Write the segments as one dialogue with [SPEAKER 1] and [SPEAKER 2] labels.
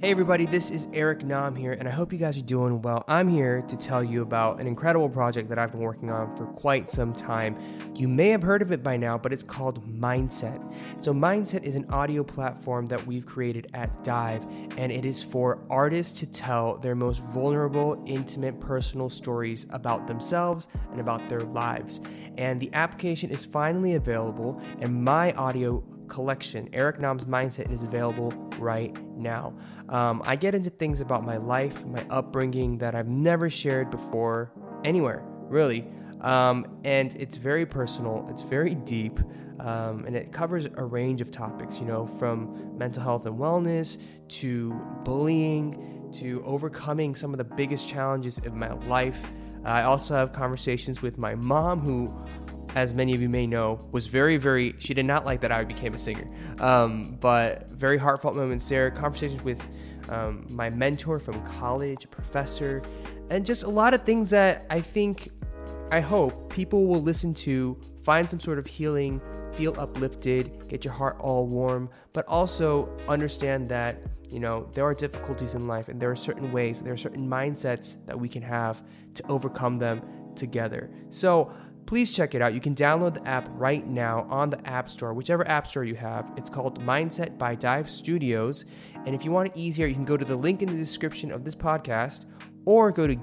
[SPEAKER 1] Hey, everybody, this is Eric Nam here, and I hope you guys are doing well. I'm here to tell you about an incredible project that I've been working on for quite some time. You may have heard of it by now, but it's called Mindset. So, Mindset is an audio platform that we've created at Dive, and it is for artists to tell their most vulnerable, intimate, personal stories about themselves and about their lives. And the application is finally available, and my audio collection, Eric Nam's Mindset, is available right now. Um, I get into things about my life, my upbringing that I've never shared before anywhere, really. Um, and it's very personal, it's very deep, um, and it covers a range of topics, you know, from mental health and wellness to bullying to overcoming some of the biggest challenges of my life. Uh, I also have conversations with my mom, who as many of you may know, was very, very, she did not like that I became a singer. Um, but very heartfelt moments there, conversations with um, my mentor from college, a professor, and just a lot of things that I think, I hope people will listen to, find some sort of healing, feel uplifted, get your heart all warm, but also understand that, you know, there are difficulties in life and there are certain ways, there are certain mindsets that we can have to overcome them together. So, please check it out. You can download the app right now on the App Store, whichever App Store you have. It's called Mindset by Dive Studios. And if you want it easier, you can go to the link in the description of this podcast or go to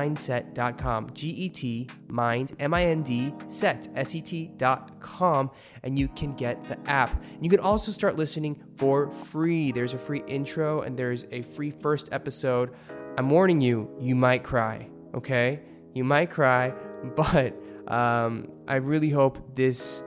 [SPEAKER 1] getmindset.com, G E T mind, M I N D, set, S E T.com, and you can get the app. And you can also start listening for free. There's a free intro and there's a free first episode. I'm warning you, you might cry, okay? You might cry, but um, I really hope this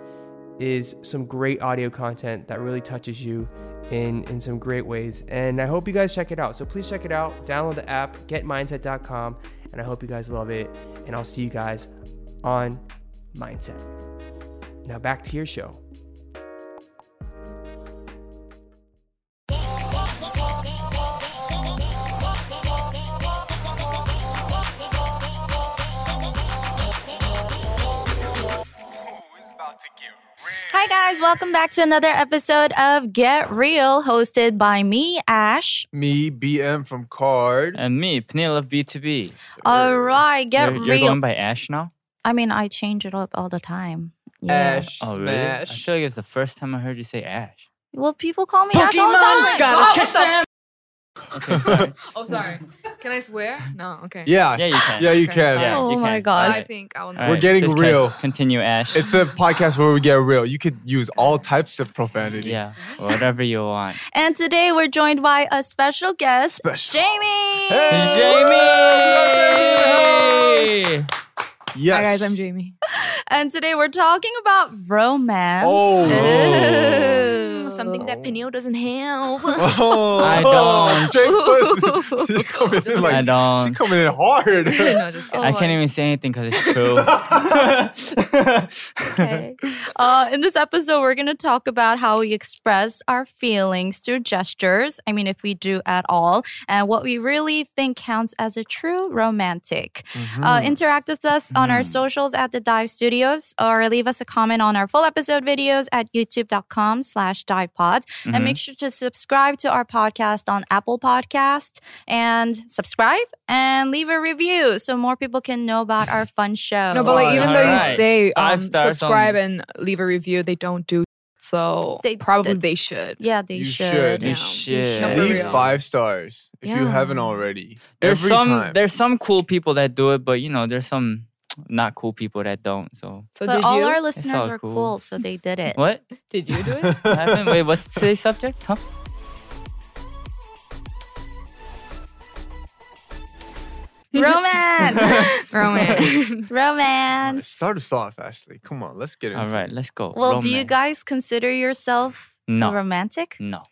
[SPEAKER 1] is some great audio content that really touches you in in some great ways. And I hope you guys check it out. So please check it out. Download the app, getmindset.com, and I hope you guys love it. And I'll see you guys on Mindset. Now back to your show.
[SPEAKER 2] Hi, guys. Welcome back to another episode of Get Real, hosted by me, Ash.
[SPEAKER 3] Me, BM from Card.
[SPEAKER 4] And me, Pnil of B2B.
[SPEAKER 2] All right, get
[SPEAKER 4] you're,
[SPEAKER 2] real.
[SPEAKER 4] you're going by Ash now?
[SPEAKER 2] I mean, I change it up all the time. Yeah.
[SPEAKER 3] Ash
[SPEAKER 4] Oh, really? I
[SPEAKER 3] Smash.
[SPEAKER 4] feel like it's the first time I heard you say Ash.
[SPEAKER 2] Well, people call me Ash all the time.
[SPEAKER 4] Okay, sorry.
[SPEAKER 5] Oh, sorry. Can I swear? No. Okay.
[SPEAKER 3] Yeah.
[SPEAKER 4] yeah, you can.
[SPEAKER 3] Yeah, you
[SPEAKER 5] Okay,
[SPEAKER 3] can.
[SPEAKER 4] Yeah,
[SPEAKER 2] Oh
[SPEAKER 4] you
[SPEAKER 2] my
[SPEAKER 4] can.
[SPEAKER 2] gosh.
[SPEAKER 4] All
[SPEAKER 5] I
[SPEAKER 4] right.
[SPEAKER 5] think I will.
[SPEAKER 4] All
[SPEAKER 5] know.
[SPEAKER 3] We're
[SPEAKER 4] right,
[SPEAKER 3] getting
[SPEAKER 4] just con-
[SPEAKER 3] real.
[SPEAKER 4] Continue, Ash.
[SPEAKER 3] It's a podcast where we get real. You could use all types of profanity.
[SPEAKER 4] yeah, whatever you want.
[SPEAKER 2] And today we're joined by a special guest,
[SPEAKER 3] Special.
[SPEAKER 2] Jamie.
[SPEAKER 4] Jamie!
[SPEAKER 3] Yes.
[SPEAKER 5] Hi guys, I'm Jamie.
[SPEAKER 2] And today we're talking about romance.
[SPEAKER 3] Oh.
[SPEAKER 2] Ooh.
[SPEAKER 5] Something that Peniel doesn't have.
[SPEAKER 3] Oh,
[SPEAKER 4] I don't.
[SPEAKER 3] Jake was- she's coming in like
[SPEAKER 4] I don't.
[SPEAKER 3] She's coming in hard.
[SPEAKER 5] no, just kidding.
[SPEAKER 4] I can't even say anything because it's true.
[SPEAKER 2] okay. Uh, in this episode, we're going to talk about how we express our feelings through gestures. I mean, if we do at all, and what we really think counts as a true romantic.
[SPEAKER 3] Mm-hmm.
[SPEAKER 2] Uh, interact with us on
[SPEAKER 3] Mm.
[SPEAKER 2] our socials at the Dive Studios, or leave us a comment on our full episode videos at youtube.com/slash divepod, and make
[SPEAKER 3] Mm-hmm.
[SPEAKER 2] sure to subscribe to our podcast on Apple Podcast and subscribe and leave a review so more people can know about our fun show.
[SPEAKER 5] No, but like even though you
[SPEAKER 4] Alright.
[SPEAKER 5] say
[SPEAKER 4] Five
[SPEAKER 5] um,
[SPEAKER 4] stars
[SPEAKER 5] subscribe
[SPEAKER 4] on-
[SPEAKER 5] and leave a review, they don't do. So
[SPEAKER 2] They-
[SPEAKER 5] probably
[SPEAKER 2] they-
[SPEAKER 5] they should.
[SPEAKER 2] yeah, they
[SPEAKER 3] You
[SPEAKER 2] should.
[SPEAKER 3] should.
[SPEAKER 4] You
[SPEAKER 5] Yeah.
[SPEAKER 4] should.
[SPEAKER 5] No, for
[SPEAKER 3] Leave
[SPEAKER 5] real.
[SPEAKER 3] five stars if you
[SPEAKER 5] Yeah.
[SPEAKER 3] haven't already.
[SPEAKER 4] There's
[SPEAKER 3] Every
[SPEAKER 4] some
[SPEAKER 3] time.
[SPEAKER 4] there's some cool people that do it, but you know, there's some not cool people that don't. So
[SPEAKER 5] So
[SPEAKER 2] But
[SPEAKER 5] did
[SPEAKER 2] all
[SPEAKER 5] you?
[SPEAKER 2] our listeners
[SPEAKER 4] all
[SPEAKER 2] are cool.
[SPEAKER 4] cool.
[SPEAKER 2] so they did it.
[SPEAKER 4] what?
[SPEAKER 5] did you do it?
[SPEAKER 4] What happened? Wait, what's today's subject? Huh?
[SPEAKER 6] Romance.
[SPEAKER 5] Oh, Romance.
[SPEAKER 6] Romance.
[SPEAKER 3] Start us off, Ashley. Come on, let's get into
[SPEAKER 4] All right, let's go.
[SPEAKER 6] Well, do you
[SPEAKER 4] Romance.
[SPEAKER 6] guys consider yourself
[SPEAKER 4] No.
[SPEAKER 6] romantic?
[SPEAKER 4] No.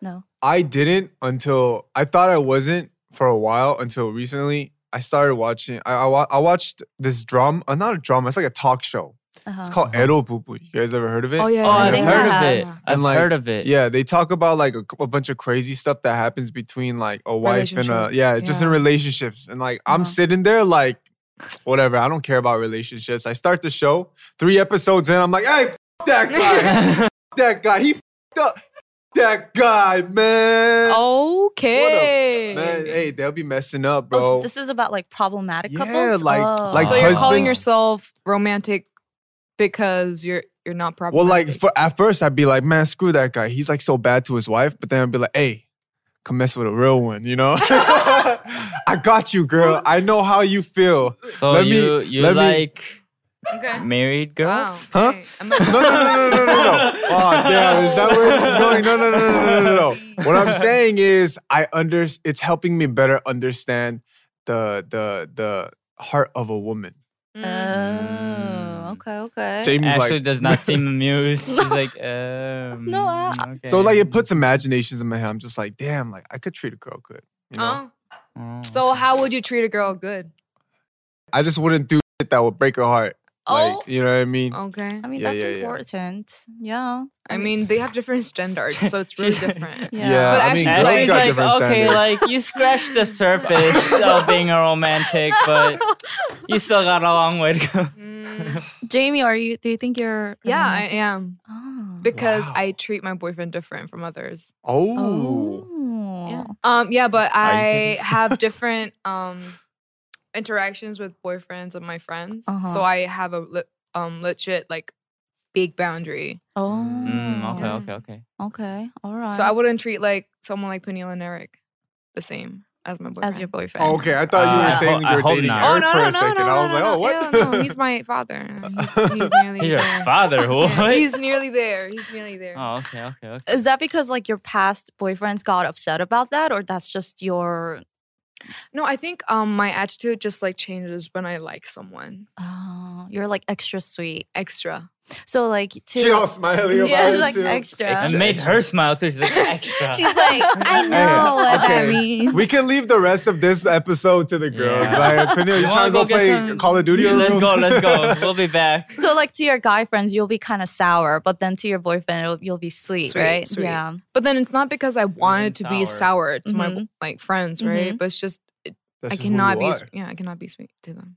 [SPEAKER 6] No.
[SPEAKER 3] I didn't until I thought I wasn't for a while until recently. I started watching. I I, wa- I watched this drama. Uh, not a drama. It's like a talk show.
[SPEAKER 6] Uh-huh.
[SPEAKER 3] It's called Ero Bubu. You guys ever heard of it?
[SPEAKER 5] Uh-huh. Oh, yeah.
[SPEAKER 4] Oh, I've
[SPEAKER 6] think I
[SPEAKER 4] heard of
[SPEAKER 6] have.
[SPEAKER 4] it. I've
[SPEAKER 3] like,
[SPEAKER 4] heard of it.
[SPEAKER 3] Yeah, they talk about like a, a bunch of crazy stuff that happens between like a wife and a
[SPEAKER 5] Relationships,
[SPEAKER 3] yeah, just in
[SPEAKER 5] yeah.
[SPEAKER 3] relationships. And like I'm
[SPEAKER 5] Uh-huh.
[SPEAKER 3] sitting there like, whatever. I don't care about relationships. I start the show three episodes in. I'm like, hey, f- that guy, F- that guy, he fed up F- that guy, man.
[SPEAKER 5] Oh, Okay.
[SPEAKER 3] Man, hey, they'll be messing up,
[SPEAKER 6] Oh,
[SPEAKER 3] bro.
[SPEAKER 6] so this is about like problematic
[SPEAKER 3] Yeah,
[SPEAKER 6] couples.
[SPEAKER 3] like-
[SPEAKER 6] Oh.
[SPEAKER 3] like
[SPEAKER 5] so you're calling
[SPEAKER 3] husbands-
[SPEAKER 5] yourself romantic because you're you're not proper.
[SPEAKER 3] well, like for, at first, I'd be like, man, screw that guy. He's like so bad to his wife. But then I'd be like, hey, come mess with a real one, you know? I got you, girl. I know how you feel.
[SPEAKER 4] So
[SPEAKER 3] Let me-
[SPEAKER 4] you you
[SPEAKER 3] let me-
[SPEAKER 4] like
[SPEAKER 5] okay.
[SPEAKER 4] married
[SPEAKER 5] Wow.
[SPEAKER 4] girls?
[SPEAKER 3] Huh?
[SPEAKER 5] okay. Oh, I'm like-
[SPEAKER 3] No, no, no, no, no, no, no. Oh, damn. Is that where this is going? No, no, no, no, no, no, no. What I'm saying is, I under. It's helping me better understand the the the heart of a woman.
[SPEAKER 5] Mm.
[SPEAKER 6] Oh, okay, okay.
[SPEAKER 3] Jamie's
[SPEAKER 4] Ashley
[SPEAKER 3] like,
[SPEAKER 4] does not seem amused. She's like, um,
[SPEAKER 6] No, I-
[SPEAKER 4] okay.
[SPEAKER 3] so like it puts imaginations in my head. I'm just like, damn, like I could treat a girl good. You know?
[SPEAKER 5] Oh.
[SPEAKER 4] Oh.
[SPEAKER 5] So how would you treat a girl good?
[SPEAKER 3] I just wouldn't do shit that would break her heart.
[SPEAKER 5] Oh.
[SPEAKER 3] Like, you know what I mean?
[SPEAKER 5] Okay.
[SPEAKER 6] I mean,
[SPEAKER 3] Yeah,
[SPEAKER 6] that's
[SPEAKER 3] yeah, yeah.
[SPEAKER 6] important. Yeah.
[SPEAKER 5] I mean, they have different standards, so it's really
[SPEAKER 4] She's-
[SPEAKER 5] different.
[SPEAKER 6] Yeah.
[SPEAKER 5] But
[SPEAKER 3] I mean,
[SPEAKER 5] Ashley's
[SPEAKER 3] girls
[SPEAKER 4] Ashley's
[SPEAKER 3] got
[SPEAKER 4] like,
[SPEAKER 3] different
[SPEAKER 4] okay,
[SPEAKER 3] standards.
[SPEAKER 4] like you scratched the surface of being a romantic, but you still got a long way to go.
[SPEAKER 5] Mm,
[SPEAKER 6] Jamie, are you? Do you think you're?
[SPEAKER 5] yeah, I
[SPEAKER 6] romantic?
[SPEAKER 5] am
[SPEAKER 6] Oh.
[SPEAKER 5] because
[SPEAKER 3] Wow.
[SPEAKER 5] I treat my boyfriend different from others.
[SPEAKER 3] oh.
[SPEAKER 6] Oh.
[SPEAKER 5] Yeah. Um. Yeah, but
[SPEAKER 4] Are you
[SPEAKER 5] I
[SPEAKER 4] kidding?
[SPEAKER 5] have different um interactions with boyfriends of my friends,
[SPEAKER 6] Uh-huh.
[SPEAKER 5] so I have a le- um legit like big boundary.
[SPEAKER 6] Oh.
[SPEAKER 4] Mm, okay,
[SPEAKER 5] Yeah.
[SPEAKER 4] okay, okay.
[SPEAKER 6] Okay. All right.
[SPEAKER 5] So I wouldn't treat like someone like Peniel and Eric the same as my boyfriend.
[SPEAKER 6] as your boyfriend.
[SPEAKER 3] Oh, okay. I thought you
[SPEAKER 4] Uh,
[SPEAKER 3] were
[SPEAKER 4] I ho-
[SPEAKER 3] saying
[SPEAKER 4] I
[SPEAKER 3] you were
[SPEAKER 4] hope
[SPEAKER 3] dating
[SPEAKER 4] not.
[SPEAKER 5] Oh
[SPEAKER 3] Eric
[SPEAKER 5] no
[SPEAKER 3] for
[SPEAKER 5] no
[SPEAKER 3] a
[SPEAKER 5] no
[SPEAKER 3] second.
[SPEAKER 5] no
[SPEAKER 3] I was
[SPEAKER 5] no
[SPEAKER 3] like,
[SPEAKER 5] no,
[SPEAKER 3] oh, what?
[SPEAKER 5] ew, no, he's my father. He's, he's nearly
[SPEAKER 4] He's your
[SPEAKER 5] there.
[SPEAKER 4] father. What?
[SPEAKER 5] Yeah, he's nearly there. He's nearly there.
[SPEAKER 4] oh, okay, okay, okay.
[SPEAKER 6] Is that because like your past boyfriends got upset about that, or that's just your?
[SPEAKER 5] No, I think um my attitude just like changes when I like someone
[SPEAKER 6] Oh, you're like extra sweet.
[SPEAKER 5] extra.
[SPEAKER 6] So like to.
[SPEAKER 3] she all smiling about
[SPEAKER 6] yeah,
[SPEAKER 3] it
[SPEAKER 6] it's like
[SPEAKER 3] too.
[SPEAKER 6] extra.
[SPEAKER 4] I made her smile too. She's like extra.
[SPEAKER 5] like, I
[SPEAKER 3] know what that okay.
[SPEAKER 5] means.
[SPEAKER 3] We can leave the rest of this episode to the girls.
[SPEAKER 4] Yeah.
[SPEAKER 3] Like, Peniel, you
[SPEAKER 4] wanna
[SPEAKER 3] trying to go,
[SPEAKER 4] get
[SPEAKER 3] play
[SPEAKER 4] some-
[SPEAKER 3] Call of Duty? Or
[SPEAKER 4] Let's go, let's go. We'll be back.
[SPEAKER 6] So like to your guy friends, you'll be kind of sour, but then to your boyfriend, it'll, you'll be sweet,
[SPEAKER 5] Sweet,
[SPEAKER 6] right?
[SPEAKER 5] sweet.
[SPEAKER 6] Yeah.
[SPEAKER 5] But then it's not because I wanted
[SPEAKER 4] and
[SPEAKER 5] to be sour
[SPEAKER 4] sour.
[SPEAKER 5] to my
[SPEAKER 6] Mhm.
[SPEAKER 5] like friends, right?
[SPEAKER 6] Mhm.
[SPEAKER 5] But it's just
[SPEAKER 3] That's
[SPEAKER 5] I
[SPEAKER 3] just who
[SPEAKER 5] cannot
[SPEAKER 3] you
[SPEAKER 5] be
[SPEAKER 3] are.
[SPEAKER 5] s- yeah, I cannot be sweet to them.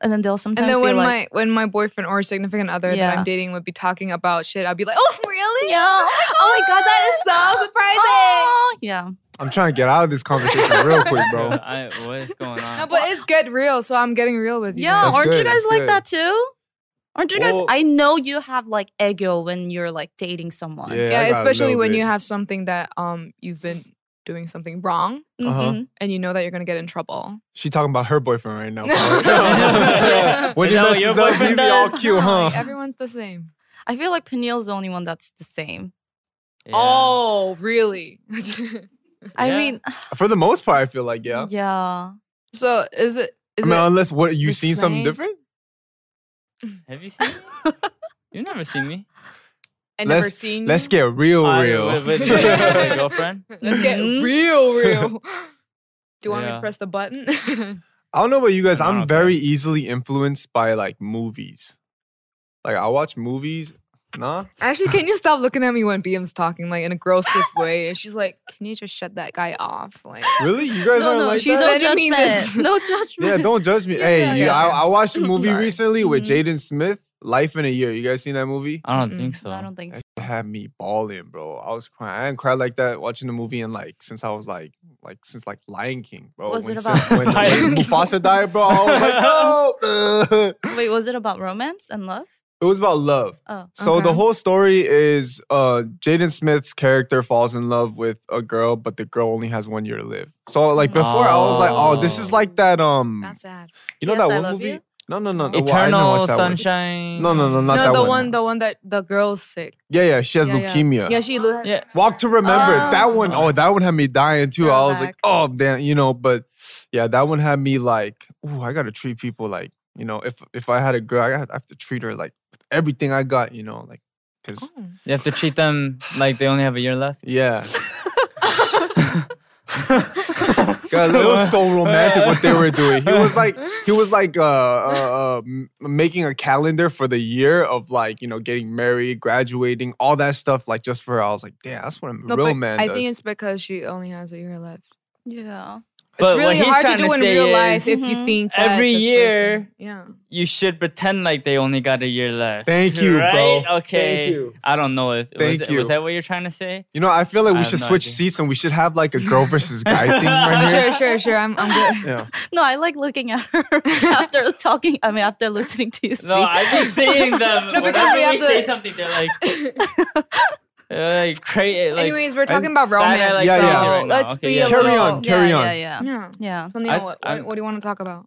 [SPEAKER 6] And then they'll
[SPEAKER 5] And
[SPEAKER 6] sometimes
[SPEAKER 5] then
[SPEAKER 6] be
[SPEAKER 5] when
[SPEAKER 6] like,
[SPEAKER 5] my when my boyfriend or significant other that
[SPEAKER 6] Yeah.
[SPEAKER 5] I'm dating would be talking about shit, I'd be like, Oh really?
[SPEAKER 6] yeah,
[SPEAKER 5] Oh my god, that is so surprising.
[SPEAKER 6] Oh, yeah.
[SPEAKER 3] I'm trying to get out of this conversation real quick, bro.
[SPEAKER 4] I, what is going on?
[SPEAKER 5] No, but it's get real, so I'm getting real with you.
[SPEAKER 6] Yeah,
[SPEAKER 5] guys.
[SPEAKER 3] That's
[SPEAKER 6] aren't you
[SPEAKER 3] good,
[SPEAKER 6] guys
[SPEAKER 3] that's
[SPEAKER 6] like
[SPEAKER 3] good.
[SPEAKER 6] that too? Aren't you guys?
[SPEAKER 3] Well-
[SPEAKER 6] I know you have like ego when you're like dating someone.
[SPEAKER 3] Yeah, I
[SPEAKER 5] yeah,
[SPEAKER 3] got a
[SPEAKER 5] especially
[SPEAKER 3] little
[SPEAKER 5] when
[SPEAKER 3] bit.
[SPEAKER 5] you have something that um you've been doing something wrong
[SPEAKER 3] Uh-huh.
[SPEAKER 6] Mhm.
[SPEAKER 5] and you know that you're gonna get in trouble.
[SPEAKER 3] She talking about her boyfriend right now.
[SPEAKER 4] Yeah.
[SPEAKER 3] when
[SPEAKER 4] Is
[SPEAKER 3] you
[SPEAKER 4] that what
[SPEAKER 3] messes
[SPEAKER 4] your
[SPEAKER 3] up, you
[SPEAKER 4] boyfriend
[SPEAKER 3] be all
[SPEAKER 4] does?
[SPEAKER 3] cute,
[SPEAKER 5] No,
[SPEAKER 3] huh?
[SPEAKER 5] Everyone's the same.
[SPEAKER 6] I feel like Peniel's the only one that's the same.
[SPEAKER 4] Yeah.
[SPEAKER 5] Oh, really?
[SPEAKER 6] I
[SPEAKER 4] Yeah.
[SPEAKER 6] mean,
[SPEAKER 3] For the most part, I feel like yeah.
[SPEAKER 6] yeah. yeah.
[SPEAKER 5] so is it? Is
[SPEAKER 3] I mean,
[SPEAKER 5] it?
[SPEAKER 3] unless what you
[SPEAKER 5] the
[SPEAKER 3] seen something
[SPEAKER 5] same?
[SPEAKER 3] different?
[SPEAKER 4] Have you seen me? You've never seen me.
[SPEAKER 5] I
[SPEAKER 3] let's,
[SPEAKER 5] never seen.
[SPEAKER 3] Let's
[SPEAKER 5] you.
[SPEAKER 3] get real,
[SPEAKER 4] I-
[SPEAKER 3] real.
[SPEAKER 4] with- with- with your girlfriend?
[SPEAKER 5] Let's get
[SPEAKER 6] Mhm.
[SPEAKER 5] real, real. Do you want me
[SPEAKER 4] Yeah.
[SPEAKER 5] to press the button?
[SPEAKER 3] I don't know about you guys.
[SPEAKER 4] I
[SPEAKER 3] I'm
[SPEAKER 4] don't
[SPEAKER 3] very easily influenced by like movies. Like I watch movies. Nah.
[SPEAKER 5] Actually, can you stop looking at me when BM's talking like in a grossive way? And she's like, "Can you just shut that guy off?" Like,
[SPEAKER 3] Really? You guys
[SPEAKER 6] no,
[SPEAKER 3] aren't
[SPEAKER 6] no,
[SPEAKER 3] like
[SPEAKER 5] she's
[SPEAKER 3] that?
[SPEAKER 6] no
[SPEAKER 5] said it mean this.
[SPEAKER 6] judgment. No
[SPEAKER 3] yeah,
[SPEAKER 6] judgment.
[SPEAKER 3] don't judge me. hey, you,
[SPEAKER 5] yeah.
[SPEAKER 3] I, I watched a movie
[SPEAKER 5] Sorry.
[SPEAKER 3] recently with Jaden Smith, Life in a Year. You guys seen that movie?
[SPEAKER 4] I don't
[SPEAKER 5] Mm,
[SPEAKER 4] think so.
[SPEAKER 6] I don't think so.
[SPEAKER 3] It had me bawling, bro. I was crying. I hadn't cried like that watching the movie and like since I was like like since like Lion King, bro.
[SPEAKER 6] Was
[SPEAKER 3] when,
[SPEAKER 6] it
[SPEAKER 3] since-
[SPEAKER 6] about-
[SPEAKER 3] when, when
[SPEAKER 4] Lion King?
[SPEAKER 3] Mufasa died, bro? I was like, no.
[SPEAKER 6] Wait, was it about romance and love?
[SPEAKER 3] It was about love.
[SPEAKER 6] Oh.
[SPEAKER 3] So the
[SPEAKER 5] Okay.
[SPEAKER 3] whole story is uh Jaden Smith's character falls in love with a girl, but the girl only has one year to live. So like before, I was like, oh, this is like that um
[SPEAKER 5] that's sad.
[SPEAKER 3] you know
[SPEAKER 6] Yes,
[SPEAKER 3] that
[SPEAKER 6] I
[SPEAKER 3] one
[SPEAKER 6] Love
[SPEAKER 3] movie?
[SPEAKER 6] You?
[SPEAKER 3] No, no, no. no, Oh, well, I didn't
[SPEAKER 4] Eternal
[SPEAKER 3] watch that one.
[SPEAKER 4] Sunshine.
[SPEAKER 3] No, no, no, not
[SPEAKER 5] no,
[SPEAKER 3] that
[SPEAKER 5] the
[SPEAKER 3] one.
[SPEAKER 5] one. the one that the girl's sick.
[SPEAKER 3] yeah, yeah, she has
[SPEAKER 5] Yeah, yeah.
[SPEAKER 3] leukemia.
[SPEAKER 5] Yeah, she lo-
[SPEAKER 4] Yeah.
[SPEAKER 3] Walk to Remember. that one, oh, that one had me dying too. I was like,
[SPEAKER 5] Throwback.
[SPEAKER 3] oh damn, you know, but yeah, that one had me like, ooh, I gotta treat people like, you know, if if I had a girl, I got- I have to treat her like with everything I got, you know, like because
[SPEAKER 4] You have to treat them like they only have a year left.
[SPEAKER 3] Yeah. God, it was so romantic what they were doing. He was like, he was like uh, uh, uh, m- making a calendar for the year of like, you know, getting married, graduating, all that stuff. Like just for her, I was like, damn, that's what a
[SPEAKER 5] No,
[SPEAKER 3] real
[SPEAKER 5] but
[SPEAKER 3] man
[SPEAKER 5] I
[SPEAKER 3] does.
[SPEAKER 5] think it's because she only has a year left.
[SPEAKER 6] Yeah.
[SPEAKER 4] But
[SPEAKER 5] it's
[SPEAKER 4] what
[SPEAKER 5] really
[SPEAKER 4] he's
[SPEAKER 5] hard
[SPEAKER 4] trying
[SPEAKER 5] to
[SPEAKER 4] to
[SPEAKER 5] do in
[SPEAKER 4] say
[SPEAKER 5] real
[SPEAKER 4] is-
[SPEAKER 5] life if you
[SPEAKER 6] Mhm.
[SPEAKER 5] think that
[SPEAKER 4] Every
[SPEAKER 5] this
[SPEAKER 4] year-
[SPEAKER 5] person- yeah.
[SPEAKER 4] You should pretend like they only got a year left.
[SPEAKER 3] Thank you,
[SPEAKER 4] right?
[SPEAKER 3] bro.
[SPEAKER 4] Okay.
[SPEAKER 3] Thank you.
[SPEAKER 4] I don't know if
[SPEAKER 3] Thank
[SPEAKER 4] was,
[SPEAKER 3] you.
[SPEAKER 4] was that what you're trying to say?
[SPEAKER 3] you know, I feel like
[SPEAKER 4] I
[SPEAKER 3] we
[SPEAKER 4] have
[SPEAKER 3] should
[SPEAKER 4] no
[SPEAKER 3] switch
[SPEAKER 4] idea.
[SPEAKER 3] seats and we should have like a girl versus guy thing right here.
[SPEAKER 5] Sure, sure, sure. I'm, I'm good.
[SPEAKER 3] Yeah.
[SPEAKER 6] No, I like looking at her after talking. I mean, after listening to you speak.
[SPEAKER 4] No, I've been seeing them.
[SPEAKER 5] No, because
[SPEAKER 4] Whenever
[SPEAKER 5] we have
[SPEAKER 4] say
[SPEAKER 5] to-
[SPEAKER 4] something, they're like, they're like crazy. Like,
[SPEAKER 5] Anyways, we're talking
[SPEAKER 3] and
[SPEAKER 5] about romance.
[SPEAKER 4] Saturday, like,
[SPEAKER 3] Yeah,
[SPEAKER 5] so
[SPEAKER 3] yeah.
[SPEAKER 4] right now.
[SPEAKER 5] let's
[SPEAKER 4] Okay,
[SPEAKER 5] be
[SPEAKER 4] yeah,
[SPEAKER 5] a
[SPEAKER 3] Carry
[SPEAKER 5] little.
[SPEAKER 3] on,
[SPEAKER 6] yeah,
[SPEAKER 3] carry
[SPEAKER 6] yeah,
[SPEAKER 3] on.
[SPEAKER 6] yeah, yeah.
[SPEAKER 5] Yeah.
[SPEAKER 6] Yeah.
[SPEAKER 5] Tell me
[SPEAKER 4] I-
[SPEAKER 5] what,
[SPEAKER 4] I'm-
[SPEAKER 5] what, what do you want to talk about?